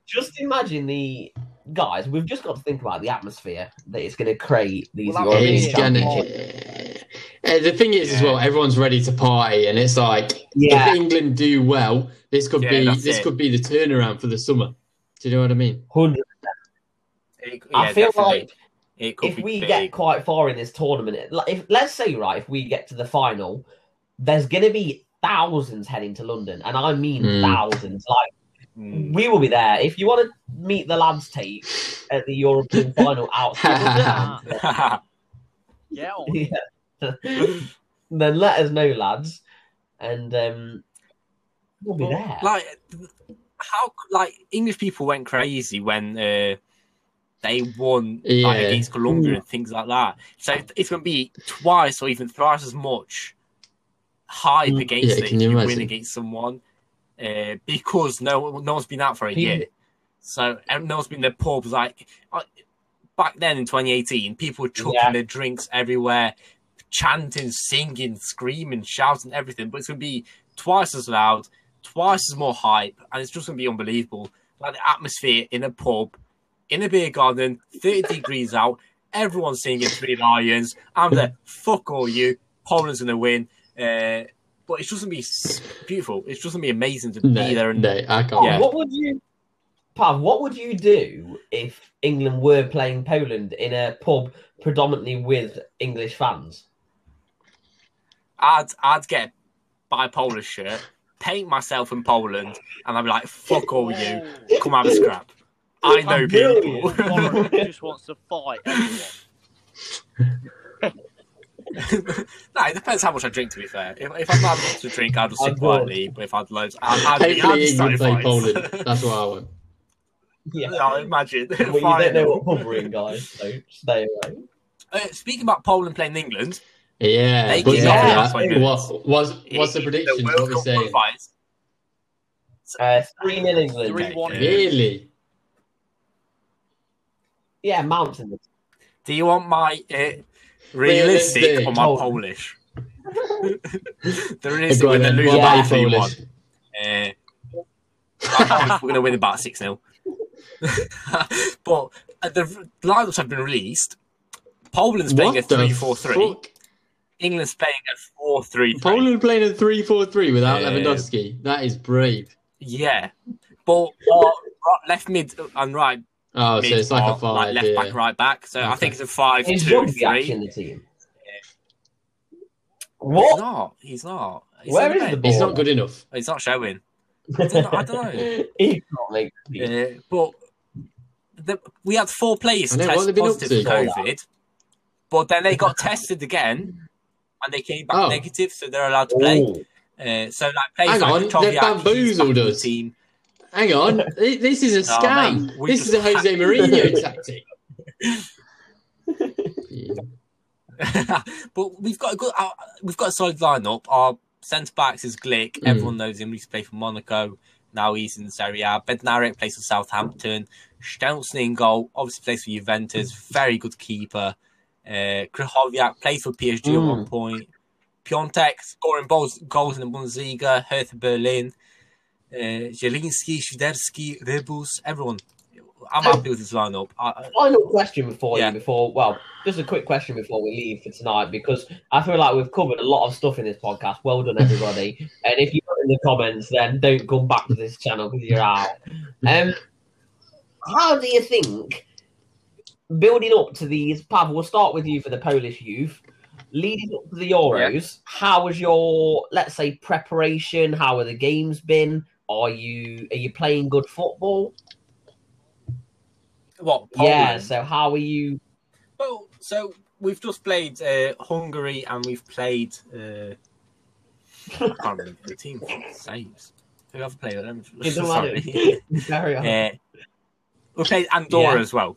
Speaker 2: just imagine the guys. We've just got to think about the atmosphere that it's going to create these
Speaker 3: Oh,
Speaker 4: Well, that
Speaker 2: European
Speaker 1: It's
Speaker 4: is
Speaker 1: gonna.
Speaker 2: champions.
Speaker 1: Uh, the thing is, as well, everyone's ready to party, and it's like.
Speaker 2: Yeah,
Speaker 1: if England do well, this could
Speaker 3: Yeah,
Speaker 1: be
Speaker 3: that's
Speaker 1: this
Speaker 3: it.
Speaker 1: could be the turnaround for the summer. Do you know what I mean?
Speaker 2: hundred.
Speaker 3: It-
Speaker 2: I
Speaker 3: yeah,
Speaker 2: feel
Speaker 3: definitely.
Speaker 2: like
Speaker 3: it could
Speaker 2: if
Speaker 3: be
Speaker 2: we
Speaker 3: big.
Speaker 2: get quite far in this tournament, it- like if let's say right, if we get to the final, there's going to be thousands heading to London, and I mean
Speaker 1: Mm.
Speaker 2: thousands. Like
Speaker 3: Mm.
Speaker 2: we will be there. If you want to meet the lads, tape at the European final outside.
Speaker 4: yeah. Get on.
Speaker 2: Yeah. then let us know, lads, and um, we'll be
Speaker 3: Well,
Speaker 2: there.
Speaker 3: Like how like English people went crazy when uh, they won like,
Speaker 1: Yeah. Mm.
Speaker 3: against Colombia and things like that. So it's going to be twice or even thrice as much hype
Speaker 2: Mm.
Speaker 1: Yeah,
Speaker 3: against it if
Speaker 1: can you
Speaker 3: you win
Speaker 1: imagine?
Speaker 3: against someone uh, because no no one's been out for a
Speaker 2: People-
Speaker 3: year. So and no one's been in the pubs like I- back then in 2018. People were chucking
Speaker 2: Yeah.
Speaker 3: their drinks everywhere, chanting, singing, screaming, shouting, everything. But it's going to be twice as loud, twice as more hype, and it's just going to be unbelievable. Like the atmosphere in a pub, in a beer garden, 30 degrees out, everyone singing Three Lions. I'm there, fuck all you, Poland's going to win. Uh, but it's just going to be s- beautiful. It's just going to be amazing to
Speaker 1: No,
Speaker 3: be there and
Speaker 1: no, I can't.
Speaker 2: Pav,
Speaker 3: yeah.
Speaker 2: What would you, Pav? What would you do if England were playing Poland in a pub predominantly with English fans?
Speaker 3: I'd I'd get a bipolar shirt, paint myself in Poland, and I'll be like, fuck all you, come have a scrap. I know people.
Speaker 4: Warren just wants to fight everyone.
Speaker 3: no, it depends how much I drink. To be fair, if, if I'm not much to drink, I'll just
Speaker 2: I'm
Speaker 3: sit
Speaker 2: bored.
Speaker 3: quietly. But if I'd loads, I'd, I'd, be- I'd
Speaker 1: Hopefully,
Speaker 3: be
Speaker 1: England play
Speaker 3: satisfied.
Speaker 1: Poland. That's what I want.
Speaker 2: Yeah.
Speaker 3: I imagine.
Speaker 2: Well, you
Speaker 3: Fine.
Speaker 2: don't know what pub we're in, guys, so stay away.
Speaker 3: Uh, speaking about Poland playing England,
Speaker 1: Yeah,
Speaker 3: They
Speaker 1: but
Speaker 3: keep
Speaker 2: their
Speaker 1: yeah,
Speaker 2: ass on
Speaker 1: what was what's the
Speaker 3: in
Speaker 1: prediction?
Speaker 3: World
Speaker 1: What we
Speaker 3: Cup
Speaker 1: saying?
Speaker 3: qualifiers-
Speaker 2: Uh, 3 nil England.
Speaker 4: 3 1
Speaker 3: Yeah.
Speaker 1: Really?
Speaker 2: Yeah, Mount's in the
Speaker 3: Do you want my uh, realistic,
Speaker 1: Realistic.
Speaker 3: or my
Speaker 2: Oh.
Speaker 3: Polish? the
Speaker 1: Hey,
Speaker 3: realistic
Speaker 1: go on
Speaker 3: when they
Speaker 1: then.
Speaker 3: lose
Speaker 1: What
Speaker 3: by
Speaker 1: about
Speaker 3: three
Speaker 1: you,
Speaker 3: one.
Speaker 1: Polish?
Speaker 3: Uh, we're going to win about 6 0. but uh, the lineups have been released. Poland's playing
Speaker 1: What
Speaker 3: a
Speaker 1: the
Speaker 3: 3 4 3.
Speaker 1: fuck?
Speaker 3: England's playing a 4 3 3.
Speaker 1: Poland playing a 3 4 3 without
Speaker 3: Yeah.
Speaker 1: Lewandowski. That is brave.
Speaker 3: Yeah. But uh, right- left mid uh, and right
Speaker 1: Oh,
Speaker 3: mid
Speaker 1: so it's like
Speaker 3: are,
Speaker 1: a 5.
Speaker 3: like, left
Speaker 1: yeah.
Speaker 3: back, right back. So I
Speaker 1: Okay.
Speaker 3: think it's a 5
Speaker 2: team. Is
Speaker 3: 2
Speaker 2: Rugby
Speaker 3: 3.
Speaker 2: actually in the team?
Speaker 3: He's
Speaker 2: What?
Speaker 3: not. He's not. He's
Speaker 2: Where
Speaker 3: in
Speaker 2: is the
Speaker 3: bed.
Speaker 2: ball?
Speaker 1: He's not good enough.
Speaker 3: He's not showing. I don't know. I don't know.
Speaker 2: He can't make the team.
Speaker 3: Uh, but the, we had four players
Speaker 1: I know,
Speaker 3: test
Speaker 1: what have they been up
Speaker 3: positive for
Speaker 2: to?
Speaker 3: COVID, but then they got tested again and they came back
Speaker 1: Oh.
Speaker 3: negative, so they're allowed to play.
Speaker 2: Ooh.
Speaker 3: Uh, so like
Speaker 1: Hang
Speaker 3: players
Speaker 1: on,
Speaker 3: like
Speaker 1: they've
Speaker 3: Kotoviak, he's back
Speaker 1: bamboozled
Speaker 3: in the
Speaker 1: us.
Speaker 3: Team.
Speaker 1: Hang on. Th- this is a
Speaker 3: No,
Speaker 1: scam.
Speaker 3: mate, Oh, we
Speaker 1: this is
Speaker 3: just
Speaker 1: a Jose
Speaker 3: hacked-
Speaker 1: Mourinho tactic. Yeah.
Speaker 3: but we've got a good, uh, we've got a solid lineup. Our centre backs is Glick.
Speaker 1: Mm.
Speaker 3: Everyone knows him. He's played for Monaco. Now he's in Serie A. Bednarik plays for Southampton. Stounsny in goal. Obviously plays for Juventus. Very good keeper. Uh, Krychowiak played for PSG at
Speaker 2: Mm.
Speaker 3: one point. Piontek scoring balls, goals in the Bundesliga. Hertha Berlin. Uh, Zielinski, Szyderski, Rebus. Everyone. I'm happy with this lineup. Uh, I, I-
Speaker 2: Final question before
Speaker 3: Yeah.
Speaker 2: you, before well, just a quick question before we leave for tonight because I feel like we've covered a lot of stuff in this podcast. Well done, everybody! and if you're not in the comments, then don't come back to this channel because you're out. Um, how do you think building up to these? Pav, we'll start with you for the Polish youth. Leading up to the Euros, how was your let's say preparation? How have the games been? Are you are you playing good football?
Speaker 3: what?
Speaker 2: Yeah.
Speaker 3: Poland?
Speaker 2: So how are you?
Speaker 3: Well, so we've just played uh, Hungary and we've played. Uh, I can't remember the team. Saves. Who have played? Let me,
Speaker 2: It doesn't
Speaker 3: sorry.
Speaker 2: matter. Carry on.
Speaker 3: uh, we played Andorra
Speaker 2: Yeah.
Speaker 3: as well.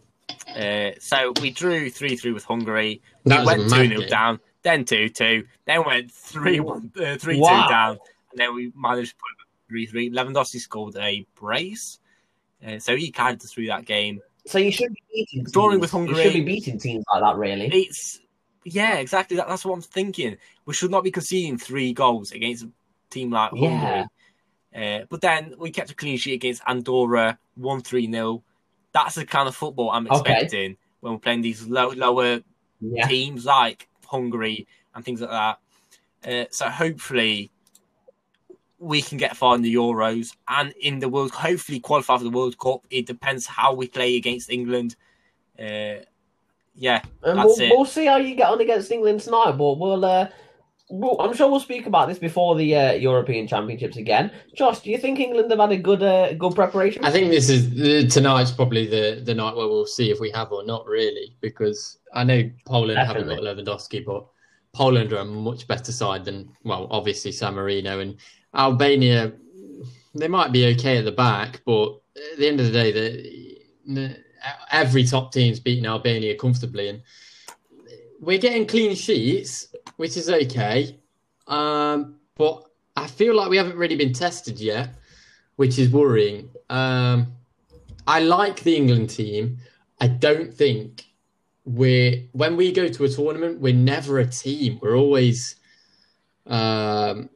Speaker 3: Uh, so we drew 3 3 with Hungary.
Speaker 1: That
Speaker 3: we
Speaker 1: was a
Speaker 3: went 2
Speaker 1: mad
Speaker 3: 0
Speaker 1: game.
Speaker 3: down, then 2 2, then went 3 1, uh, 3
Speaker 2: Wow.
Speaker 3: 2 down, and then we managed to put 3 3. Lewandowski scored a brace. Uh, so he carried us through that game.
Speaker 2: So you should be beating teams.
Speaker 3: Drawing with
Speaker 2: You
Speaker 3: Hungary.
Speaker 2: should be beating teams like that, really.
Speaker 3: It's yeah, exactly. That, that's what I'm thinking. We should not be conceding three goals against a team like Hungary. Uh, but then we kept a clean sheet against Andorra, one three 0 That's the kind of football I'm
Speaker 2: Okay.
Speaker 3: expecting when we're playing these low, lower
Speaker 2: Yeah.
Speaker 3: teams like Hungary and things like that. Uh, so hopefully we can get far in the Euros and in the World. Hopefully qualify for the World Cup. It depends how we play against England. Uh, yeah,
Speaker 2: And
Speaker 3: that's
Speaker 2: we'll,
Speaker 3: it.
Speaker 2: we'll see how you get on against England tonight, but we'll, uh, we'll I'm sure we'll speak about this before the uh, European Championships again. Josh, do you think England have had a good uh, good preparation?
Speaker 1: I think this is uh, tonight's probably the, the night where we'll see if we have or not, really, because I know Poland haven't got Lewandowski, but Poland are a much better side than, well, obviously San Marino and Albania. They might be okay at the back, but at the end of the day, the, every top team's beaten Albania comfortably, and we're getting clean sheets, which is okay. Um, but I feel like we haven't really been tested yet, which is worrying. Um, I like the England team. I don't think we're when we go to a tournament, we're never a team. We're always. Um,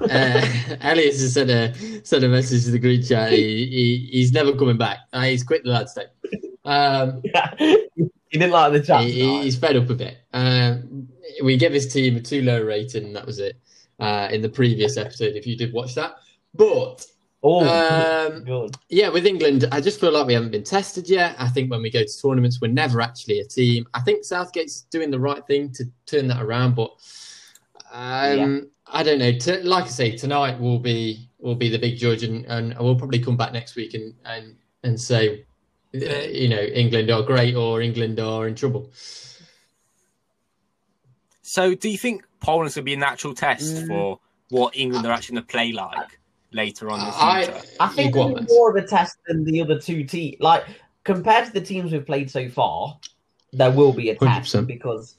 Speaker 1: uh, Elliot has sent a sent a message to the group chat. He, he, he's never coming back. Uh, he's quit the lads' day. Um,
Speaker 2: Yeah. you didn't like the chat.
Speaker 1: he- he- he's fed up a bit. Um, we gave his team a too low rating, and that was it uh, in the previous episode. If you did watch that, but
Speaker 2: oh,
Speaker 1: um,
Speaker 2: good.
Speaker 1: yeah, with England, I just feel like we haven't been tested yet. I think when we go to tournaments, we're never actually a team. I think Southgate's doing the right thing to turn that around, but Um, I don't know. T- like I say, tonight will be will be the big judge, and, and we'll probably come back next week and and and say, uh, you know, England are great or England are in trouble.
Speaker 3: So, do you think Poland's going to be a natural test
Speaker 2: Mm.
Speaker 3: for what England are actually going to play like later on this future?
Speaker 1: I,
Speaker 2: I think
Speaker 1: go on,
Speaker 2: it's
Speaker 1: then.
Speaker 2: more of a test than the other two teams. Like compared to the teams we've played so far, there will be a test
Speaker 1: 100%.
Speaker 2: because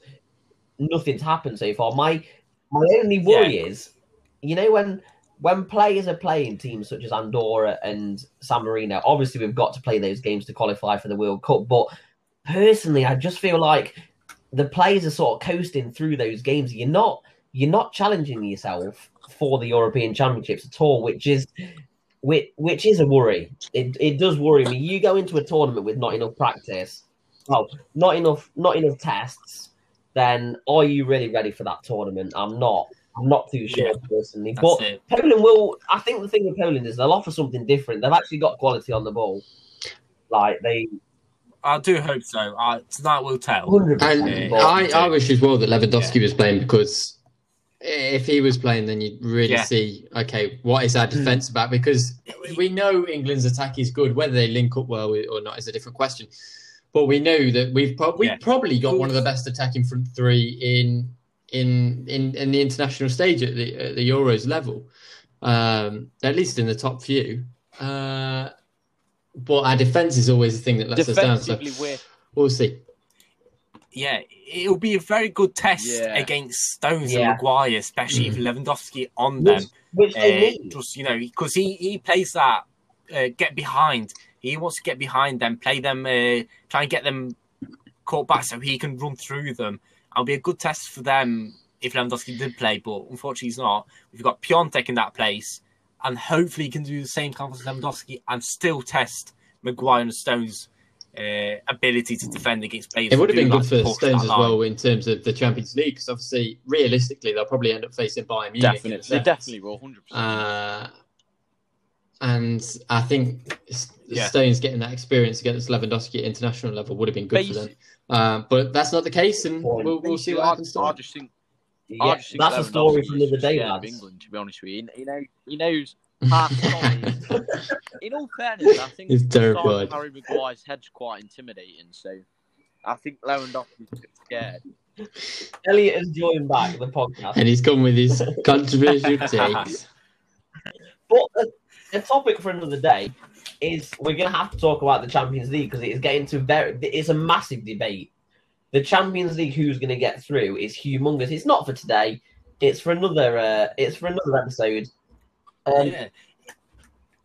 Speaker 2: nothing's happened so far. My my only worry is, you know, when when players are playing teams such as Andorra and San Marino, obviously we've got to play those games to qualify for the World Cup. But personally, I just feel like the players are sort of coasting through those games. You're not you're not challenging yourself for the European Championships at all, which is which which is a worry. It it does worry me. You go into a tournament with not enough practice, well, not enough not enough tests, then are you really ready for that tournament? I'm not. I'm not too sure
Speaker 3: Yeah.
Speaker 2: personally.
Speaker 3: That's
Speaker 2: but
Speaker 3: it.
Speaker 2: Poland will. I think the thing with Poland is they'll offer something different. They've actually got quality on the ball. Like they
Speaker 3: I do hope so. I, tonight will tell.
Speaker 2: hundred percent.
Speaker 1: And
Speaker 3: Yeah.
Speaker 1: I, I wish as well that Lewandowski was playing because if he was playing, then you'd really
Speaker 3: Yeah.
Speaker 1: see okay what is our defense about because we know England's attack is good. Whether they link up well with- or not is a different question. But we know that we've prob- we've
Speaker 3: Yeah.
Speaker 1: probably got one of the best attacking front three in in in, in the international stage at the, at the Euros level, um, at least in the top few. Uh, but our defense is always the thing that lets us down. So
Speaker 4: Defensively, we're
Speaker 1: we'll see.
Speaker 3: Yeah, it'll be a very good test
Speaker 4: Yeah.
Speaker 3: against Stones
Speaker 2: Yeah. Mm.
Speaker 3: and Maguire, especially if Lewandowski on them.
Speaker 2: Which
Speaker 3: Uh,
Speaker 2: they need.
Speaker 3: just you know, because he he plays that uh, get behind. He wants to get behind them, play them, uh, try and get them caught back so he can run through them. It'll be a good test for them if Lewandowski did play, but unfortunately he's not. We've got Piontek in that place, and hopefully he can do the same kind of as Lewandowski and still test Maguire and Stones' uh, ability to defend against players.
Speaker 1: It
Speaker 3: who
Speaker 1: would have
Speaker 3: do
Speaker 1: been
Speaker 3: like
Speaker 1: good
Speaker 3: to
Speaker 1: for
Speaker 3: push
Speaker 1: Stones
Speaker 3: that
Speaker 1: as
Speaker 3: line.
Speaker 1: well in terms of the Champions League because obviously, realistically, they'll probably end up facing Bayern Munich. in the
Speaker 4: definitely, they
Speaker 1: semis.
Speaker 4: definitely will. Hundred percent.
Speaker 1: Uh, and I think S-
Speaker 3: Yeah.
Speaker 1: Stones getting that experience against Lewandowski at international level would have been good for them.
Speaker 4: Basically,
Speaker 1: Um, but that's not the case, and we'll, we'll see what
Speaker 4: I,
Speaker 1: happens.
Speaker 4: I
Speaker 1: Tonight.
Speaker 4: just think I
Speaker 2: Yeah,
Speaker 4: just think
Speaker 2: that's a
Speaker 4: Lewandowski
Speaker 2: story for
Speaker 4: is
Speaker 2: another day,
Speaker 4: scared of
Speaker 2: lads.
Speaker 4: England, to be honest with you, he, know, he knows half the time. In all fairness, I think
Speaker 1: He's
Speaker 4: the style of
Speaker 1: terrified.
Speaker 4: Harry Maguire's head's quite intimidating, so I think Lewandowski's a bit scared.
Speaker 2: Elliot has joined back the podcast.
Speaker 1: And he's come with his controversial takes.
Speaker 2: But the, the topic for another day is we're going to have to talk about the Champions League because it is getting to very. It's a massive debate. The Champions League, who's going to get through, is humongous. It's not for today. It's for another. Uh, it's for another episode. Um,
Speaker 3: yeah.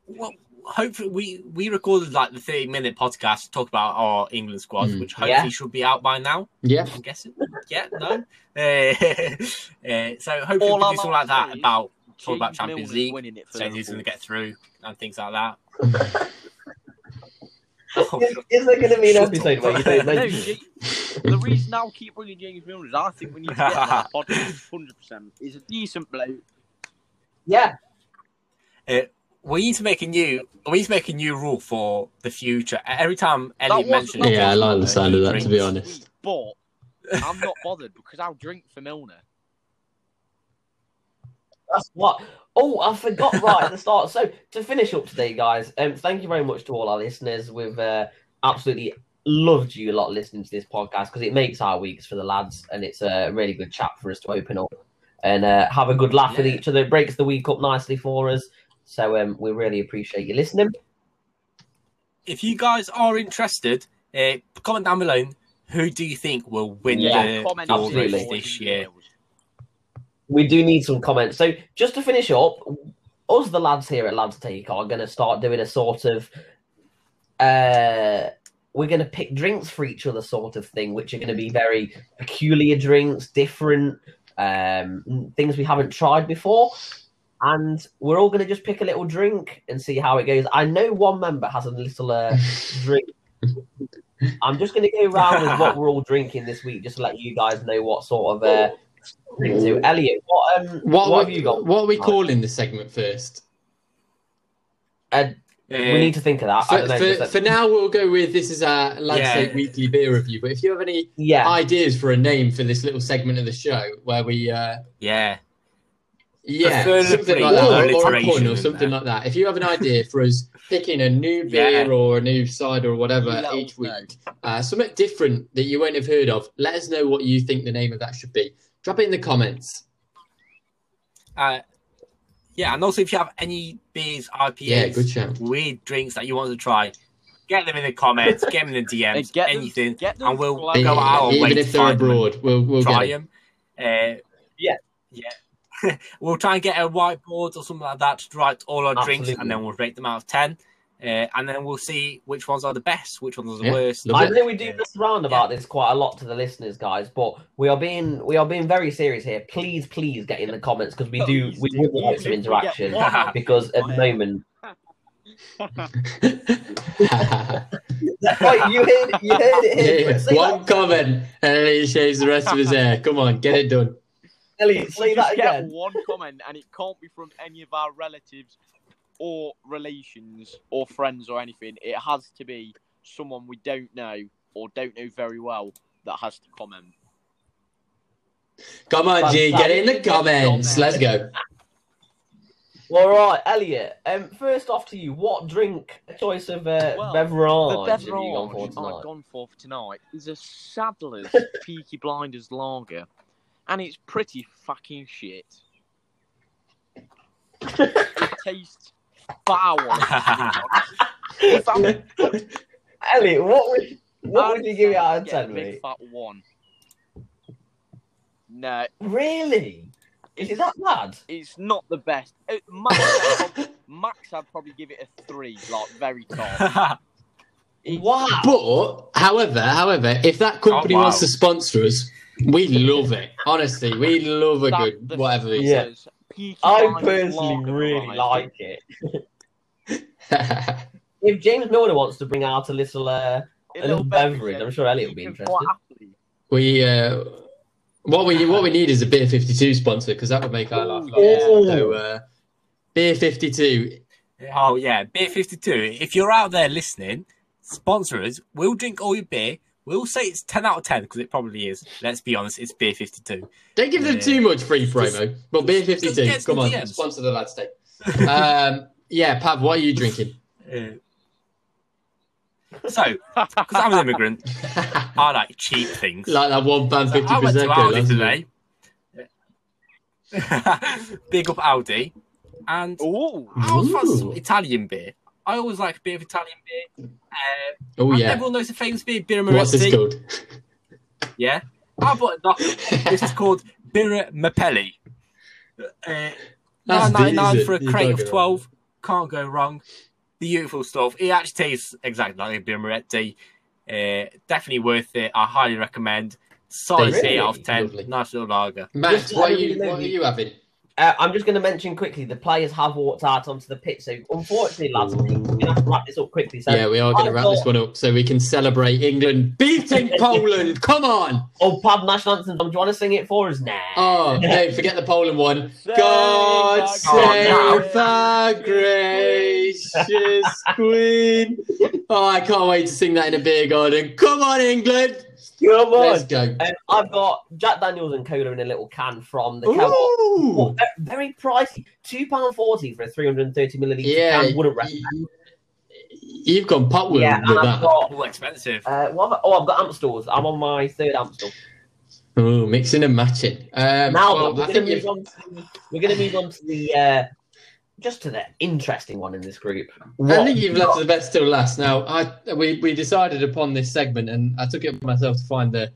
Speaker 3: Well, hopefully we we recorded like the thirty minute podcast to talk about our England squad,
Speaker 4: Hmm.
Speaker 1: Mm.
Speaker 3: which hopefully
Speaker 2: Yeah.
Speaker 3: should be out by now.
Speaker 1: Yeah,
Speaker 3: I'm guessing. yeah, no. Uh, uh, so hopefully
Speaker 4: All
Speaker 3: we can
Speaker 4: I'm
Speaker 3: do something like that
Speaker 4: saying is-
Speaker 3: about Talk about
Speaker 4: James
Speaker 3: Champions
Speaker 4: Milner's
Speaker 3: League,
Speaker 4: winning it for
Speaker 3: saying who's going to
Speaker 4: Liverpool.
Speaker 3: get through and things like that. Oh,
Speaker 2: is, is there going to be an episode where you don't
Speaker 4: No,
Speaker 2: mention?
Speaker 4: G- the reason I'll keep bringing James Milner is I think we need to get that podcast 100%. He's a decent bloke.
Speaker 2: Yeah,
Speaker 3: we need to make a new we need to make a new rule for the future. Every time Elliot
Speaker 4: That wasn't-
Speaker 3: mentions
Speaker 4: that
Speaker 1: Yeah, I
Speaker 4: wasn't
Speaker 1: like the
Speaker 4: my
Speaker 1: sound of that, to be
Speaker 4: favourite
Speaker 1: honest.
Speaker 4: tweet, But I'm not bothered because I'll drink for Milner.
Speaker 2: That's what. Oh, I forgot right at the start. So to finish up today, guys, um, thank you very much to all our listeners. We've uh, absolutely loved you a lot listening to this podcast because it makes our weeks for the lads, and it's a really good chat for us to open up and uh, have a good laugh with
Speaker 3: Yeah.
Speaker 2: each other. It breaks the week up nicely for us. So um, we really appreciate you listening.
Speaker 3: if you guys are interested, uh, comment down below who do you think will win
Speaker 2: Yeah,
Speaker 3: the
Speaker 4: Comment
Speaker 2: absolutely.
Speaker 4: on
Speaker 3: Euros
Speaker 4: what
Speaker 3: this
Speaker 4: he
Speaker 3: year?
Speaker 4: feels.
Speaker 2: we do need some comments. So just to finish up, us the lads here at Lads Take are going to start doing a sort of, uh, we're going to pick drinks for each other sort of thing, which are going to be very peculiar drinks, different um, things we haven't tried before. And we're all going to just pick a little drink and see how it goes. I know one member has a little uh, drink. I'm just going to go around with what we're all drinking this week, just to let you guys know what sort of uh, drink to. Elliot, what um,
Speaker 1: What,
Speaker 2: what, have
Speaker 1: we-
Speaker 2: you got?
Speaker 1: What are we
Speaker 2: Right.
Speaker 1: calling this segment first?
Speaker 2: A
Speaker 3: Uh,
Speaker 2: We need to think of that. I
Speaker 1: For,
Speaker 2: don't know,
Speaker 1: for,
Speaker 2: just
Speaker 1: for
Speaker 2: like-
Speaker 1: now, we'll go with this is our Landscape
Speaker 3: Yeah.
Speaker 1: Weekly Beer Review. But if you have any
Speaker 2: yeah,
Speaker 1: ideas for a name for this little segment of the show where we, uh,
Speaker 3: yeah.
Speaker 1: yeah,
Speaker 3: third
Speaker 1: something
Speaker 3: free
Speaker 1: like that, or, or a
Speaker 3: alliteration
Speaker 1: pun or
Speaker 3: in
Speaker 1: something
Speaker 3: there.
Speaker 1: like that. If you have an idea for us picking a new
Speaker 3: Yeah.
Speaker 1: beer or a new cider or whatever
Speaker 4: Let
Speaker 1: each
Speaker 4: us
Speaker 1: week,
Speaker 4: know.
Speaker 1: uh, something different that you won't have heard of, let us know what you think the name of that should be. Drop it in the comments.
Speaker 3: Uh, yeah, and also if you have any beers, IPAs,
Speaker 1: Yeah, good shout.
Speaker 3: weird drinks that you want to try, get them in the comments, get them in the
Speaker 4: And
Speaker 3: DMs,
Speaker 4: get them-
Speaker 3: anything.
Speaker 4: get them
Speaker 3: and we'll
Speaker 4: flown.
Speaker 3: I'll go out and
Speaker 1: Even
Speaker 3: wait
Speaker 1: if
Speaker 3: to
Speaker 1: they're
Speaker 3: find them and
Speaker 1: abroad, we'll we'll
Speaker 3: try
Speaker 1: get it.
Speaker 3: them. Uh,
Speaker 2: Yeah.
Speaker 3: yeah. we'll try and get a whiteboard or something like that to write all our drinks,
Speaker 2: Absolutely.
Speaker 3: and then we'll rate them out of ten, uh, and then we'll see which ones are the best, which ones are the
Speaker 1: Yeah,
Speaker 3: worst.
Speaker 1: love
Speaker 2: I
Speaker 1: it.
Speaker 2: know we do mess around about this quite a lot to the listeners, guys, but we are being we are being very serious here. Please, please get in the comments because we do we would like some interaction because at the moment, Wait, you heard you heard it here.
Speaker 1: Yeah,
Speaker 2: Say
Speaker 1: One
Speaker 2: that,
Speaker 1: comment and then he shaves the rest of his hair. Come on, get it done.
Speaker 2: Elliot, say
Speaker 4: You
Speaker 2: that
Speaker 4: just get
Speaker 2: again.
Speaker 4: one comment, and it can't be from any of our relatives or relations or friends or anything. It has to be someone we don't know or don't know very well that has to comment.
Speaker 1: Come on, G, get it in the comments. Let's go.
Speaker 2: All right, Elliot. Um, first off to you, what drink choice of uh,
Speaker 4: Well,
Speaker 2: beverage,
Speaker 4: the
Speaker 2: have
Speaker 4: beverage
Speaker 2: you gone for
Speaker 1: oh
Speaker 4: I've
Speaker 2: tonight?
Speaker 4: gone for for tonight is a Sadler's Peaky Blinders Lager, and it's pretty fucking shit. it tastes foul. If I'm
Speaker 2: Elliot, what would what would you give it out of
Speaker 4: Yeah,
Speaker 2: ten,
Speaker 4: big
Speaker 2: mate?
Speaker 4: fat one. No,
Speaker 2: Really? Is it that bad?
Speaker 4: it's not the best. It, max, I'd prob- max, I'd probably give it a three, like very top. It's-
Speaker 2: Wow.
Speaker 1: But however, however, if that company
Speaker 3: Oh, wow.
Speaker 1: wants to sponsor us, we love it. Honestly, we love a
Speaker 4: that-
Speaker 1: good
Speaker 4: the
Speaker 1: whatever it is.
Speaker 2: Yeah.
Speaker 4: says Peaky
Speaker 2: I
Speaker 4: Blinders
Speaker 2: personally
Speaker 4: Lager
Speaker 2: really
Speaker 4: variety.
Speaker 2: like it. If James Milner wants to bring out a little, uh,
Speaker 4: A
Speaker 2: little beverage,
Speaker 4: says
Speaker 2: I'm sure Elliot will be
Speaker 4: you can
Speaker 2: interested.
Speaker 4: quite happily
Speaker 1: we uh, what we what we need is a beer fifty two sponsor because that would make our life. a lot
Speaker 2: Ooh.
Speaker 1: easier. So uh, beer fifty two.
Speaker 3: oh yeah, beer fifty-two. If you're out there listening, sponsor us. We'll drink all your beer. We'll say it's ten out of ten because it probably is. Let's be honest, it's beer fifty-two.
Speaker 1: Don't give them
Speaker 3: Yeah.
Speaker 1: too much free promo. But beer
Speaker 3: just-
Speaker 1: fifty
Speaker 3: just
Speaker 1: two.
Speaker 3: get some
Speaker 1: Come on,
Speaker 3: DMs.
Speaker 1: sponsor the lads' take. um, yeah, Pav, what are you drinking?
Speaker 3: Uh, so, because I'm an immigrant,
Speaker 1: like
Speaker 3: I like cheap things.
Speaker 1: that one pound fifty
Speaker 3: I went to
Speaker 1: prosecco.
Speaker 3: Aldi
Speaker 1: last
Speaker 3: today.
Speaker 1: week.
Speaker 3: Big up Aldi, and
Speaker 4: Ooh,
Speaker 3: I always fancy some
Speaker 1: Ooh.
Speaker 3: Italian beer. I always like a bit of Italian beer. Uh,
Speaker 1: Oh
Speaker 3: and
Speaker 1: yeah.
Speaker 3: Everyone knows the famous beer, Birra
Speaker 1: What's this
Speaker 3: Moretti.
Speaker 1: called?
Speaker 3: Yeah. How about that? this is called Birra Mapelli. Uh,
Speaker 1: That's
Speaker 3: Nine ninety nine
Speaker 1: decent.
Speaker 3: for a
Speaker 1: You
Speaker 3: crate
Speaker 1: can't
Speaker 3: of
Speaker 1: go wrong.
Speaker 3: twelve. Can't go wrong. Beautiful stuff. It actually tastes exactly like a Birra Moretti. Uh, definitely worth it. I highly recommend. Solid
Speaker 1: Really?
Speaker 3: eight out of ten.
Speaker 1: Lovely.
Speaker 3: Nice little lager.
Speaker 1: Max,
Speaker 2: Just
Speaker 1: what are
Speaker 2: let
Speaker 1: you
Speaker 2: everybody know
Speaker 1: what are
Speaker 2: you-
Speaker 1: you having?
Speaker 2: Uh, I'm just going to mention quickly the players have walked out onto the pitch, so unfortunately, lads, we're going to have to wrap this up quickly. So,
Speaker 1: yeah, we are going to
Speaker 2: I
Speaker 1: wrap this
Speaker 2: thought-
Speaker 1: one up so we can celebrate England beating Poland. Come on!
Speaker 2: oh, Pab National Anthem, do you want to sing it for us now?
Speaker 1: Oh no, forget the Poland one.
Speaker 4: Save
Speaker 1: God
Speaker 4: our
Speaker 1: save
Speaker 4: gracious
Speaker 1: our
Speaker 4: Queen.
Speaker 1: gracious Queen. Oh, I can't wait to sing that in a beer garden. Come on, England!
Speaker 2: Come
Speaker 1: Let's
Speaker 2: on.
Speaker 1: go.
Speaker 2: Um, I've got Jack Daniels and cola in a little can from the Cal.
Speaker 1: Ooh.
Speaker 2: Well, ve- very pricey. Two pound forty for a three hundred and thirty milliliter
Speaker 1: Yeah,
Speaker 2: can. Wouldn't recommend.
Speaker 1: you- you've gone pop with,
Speaker 2: Yeah, and
Speaker 1: with
Speaker 2: I've
Speaker 1: that.
Speaker 2: got.
Speaker 3: Oh, expensive.
Speaker 2: Uh, what have I- oh, I've got Amstels. I'm on my third Amstel.
Speaker 1: Ooh, mixing and matching. Um,
Speaker 2: now
Speaker 1: well,
Speaker 2: we're
Speaker 1: I think
Speaker 2: going to
Speaker 1: you've
Speaker 2: move on. To, we're going to move on to the uh, just to the interesting one in this group.
Speaker 1: I
Speaker 2: What-
Speaker 1: think you've left the best till last. Now, I we, we decided upon this segment, and I took it upon myself to find the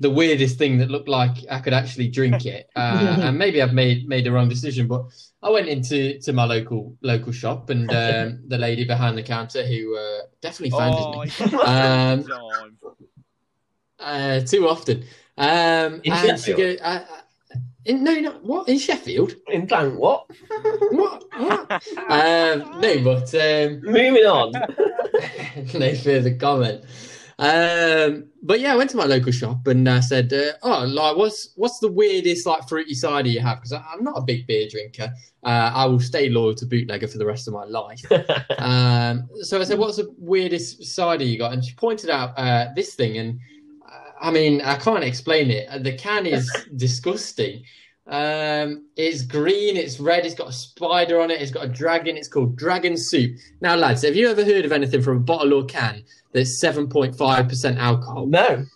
Speaker 1: the weirdest thing that looked like I could actually drink it. Uh, and maybe I've made made the wrong decision, but I went into to my local local shop, and um, the lady behind the counter who uh, definitely fancies
Speaker 4: Oh,
Speaker 1: me
Speaker 4: yeah,
Speaker 1: Um,
Speaker 4: time.
Speaker 1: uh, too often. Um,
Speaker 2: Oh, In
Speaker 1: and she
Speaker 2: Sheffield?
Speaker 1: go, I, I, in, no, not what in Sheffield.
Speaker 2: in blank. What?
Speaker 1: What? what? um, no, but um,
Speaker 2: Moving on.
Speaker 1: no further comment. Um, but yeah, I went to my local shop and I said, uh, "Oh, like, what's what's the weirdest like fruity cider you have?" Because I'm not a big beer drinker. Uh, I will stay loyal to bootlegger for the rest of my life. um, so I said, "What's the weirdest cider you got?" And she pointed out uh, this thing, and uh, I mean, I can't explain it. Uh, The can is disgusting. Um, it's green, it's red, it's got a spider on it, it's got a dragon. It's called Dragon Soup. Now, lads, have you ever heard of anything from a bottle or can that's seven point five percent alcohol?
Speaker 2: no,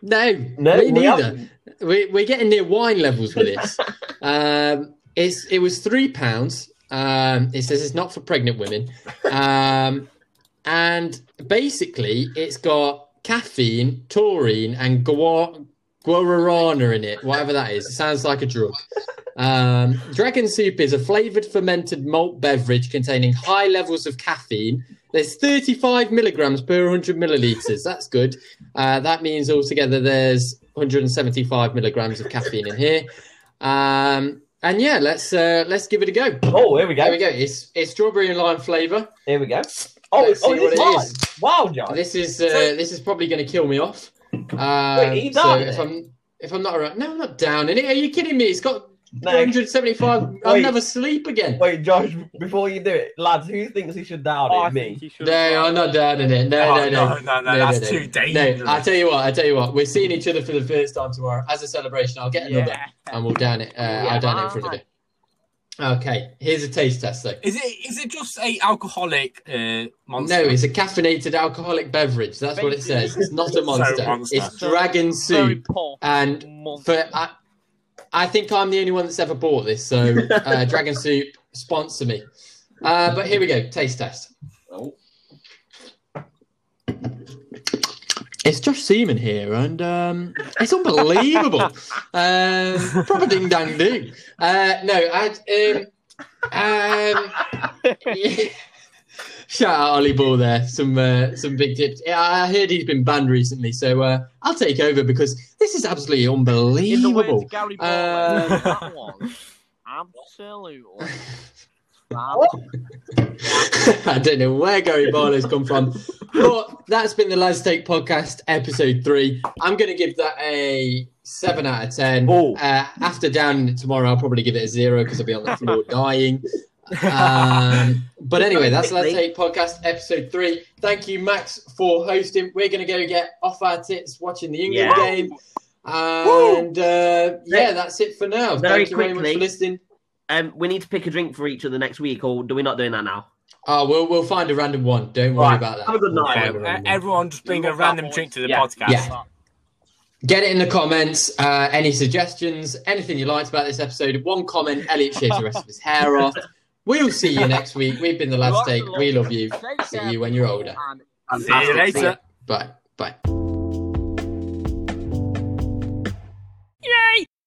Speaker 1: No,
Speaker 2: no,
Speaker 1: me
Speaker 2: we
Speaker 1: neither.
Speaker 2: haven't.
Speaker 1: We we're getting near wine levels with this. um, it's it was three pounds. Um, it says it's not for pregnant women, um, and basically it's got caffeine, taurine, and guar- guarana in it. Whatever that is, it sounds like a drug. Um, dragon soup is a flavored fermented malt beverage containing high levels of caffeine. There's 35 milligrams per 100 milliliters. That's good. Uh, that means altogether there's 175 milligrams of caffeine in here. Um, and yeah, let's uh, let's give it a go.
Speaker 2: Oh, here we go.
Speaker 1: There we go. It's it's strawberry and lime flavour.
Speaker 2: Here we go. Oh,
Speaker 1: Let's
Speaker 2: oh
Speaker 1: see what
Speaker 2: it's
Speaker 1: it
Speaker 2: mine.
Speaker 1: is.
Speaker 2: Wow, John.
Speaker 1: This is uh,
Speaker 3: So-
Speaker 1: this is probably going to kill me off. Um,
Speaker 2: Wait, are you
Speaker 1: so
Speaker 2: down in
Speaker 1: if
Speaker 2: it?
Speaker 1: I'm if I'm not around, no, I'm not down in it. Are you kidding me? It's got
Speaker 2: No.
Speaker 1: 175. I'll
Speaker 2: Wait.
Speaker 1: never sleep again.
Speaker 2: Wait, Josh, before you do it, lads, who thinks he should down
Speaker 4: I
Speaker 2: it? Me.
Speaker 4: think he should.
Speaker 1: No, I'm not down in it. No,
Speaker 3: Oh,
Speaker 1: no, no,
Speaker 3: no, no, no, that's too dangerous.
Speaker 1: No, I tell you what, I tell you what, we're seeing each other for the first time tomorrow as a celebration. I'll get another
Speaker 4: Yeah.
Speaker 1: and we'll down it. Uh, I'll down it in front of it. Okay, here's a taste test though.
Speaker 3: Is it is it just a alcoholic uh, monster?
Speaker 1: No, it's a caffeinated alcoholic beverage. That's what it says. It's not a
Speaker 3: So
Speaker 1: monster.
Speaker 3: monster.
Speaker 1: It's dragon
Speaker 4: Very
Speaker 1: soup.
Speaker 4: poor.
Speaker 1: And for I, I think I'm the only one that's ever bought this. So uh, dragon soup sponsor me. Uh, but here we go. Taste test.
Speaker 2: Oh.
Speaker 1: It's Josh Seaman here, and um, it's unbelievable. um, proper ding dang ding. Uh, no, I, um, um, yeah. Shout out Ollie Ball there. Some uh, some big tips. Yeah, I heard he's been banned recently, so uh, I'll take over because this is absolutely
Speaker 4: In the words
Speaker 1: unbelievable.
Speaker 4: of Gary
Speaker 1: Uh,
Speaker 4: Barlow, that was absolutely.
Speaker 1: I don't know where Gary Barlow's come from, but that's been the Lads Take podcast episode three. I'm going to give that a seven out of ten.
Speaker 2: Oh.
Speaker 1: Uh, after down tomorrow, I'll probably give it a zero because I'll be on the floor dying. um, but anyway, that's Let's Take Podcast episode three. Thank you, Max, for hosting. We're going to go get off our tits watching the England
Speaker 2: Yeah.
Speaker 1: game. And uh, yeah, that's it for now.
Speaker 2: Very
Speaker 1: Thank you very much
Speaker 2: quickly.
Speaker 1: for listening.
Speaker 2: Um, we need to pick a drink for each other next week, or do we not doing that now?
Speaker 1: Oh, we'll, we'll find a random one. Don't worry
Speaker 2: Right.
Speaker 1: about that.
Speaker 2: Have a good
Speaker 1: We'll
Speaker 2: night.
Speaker 1: find a
Speaker 3: No, uh,
Speaker 1: random one.
Speaker 3: everyone just bring a random drink to the
Speaker 2: Yeah.
Speaker 3: podcast.
Speaker 1: Yeah. Get it in the comments. Uh, any suggestions, anything you liked about this episode. One comment, Elliot shaves the rest of his hair off. We'll see you next week. We've been the Lads Take. We love you. See you when you're older.
Speaker 4: And
Speaker 3: See you later.
Speaker 1: Bye. Bye.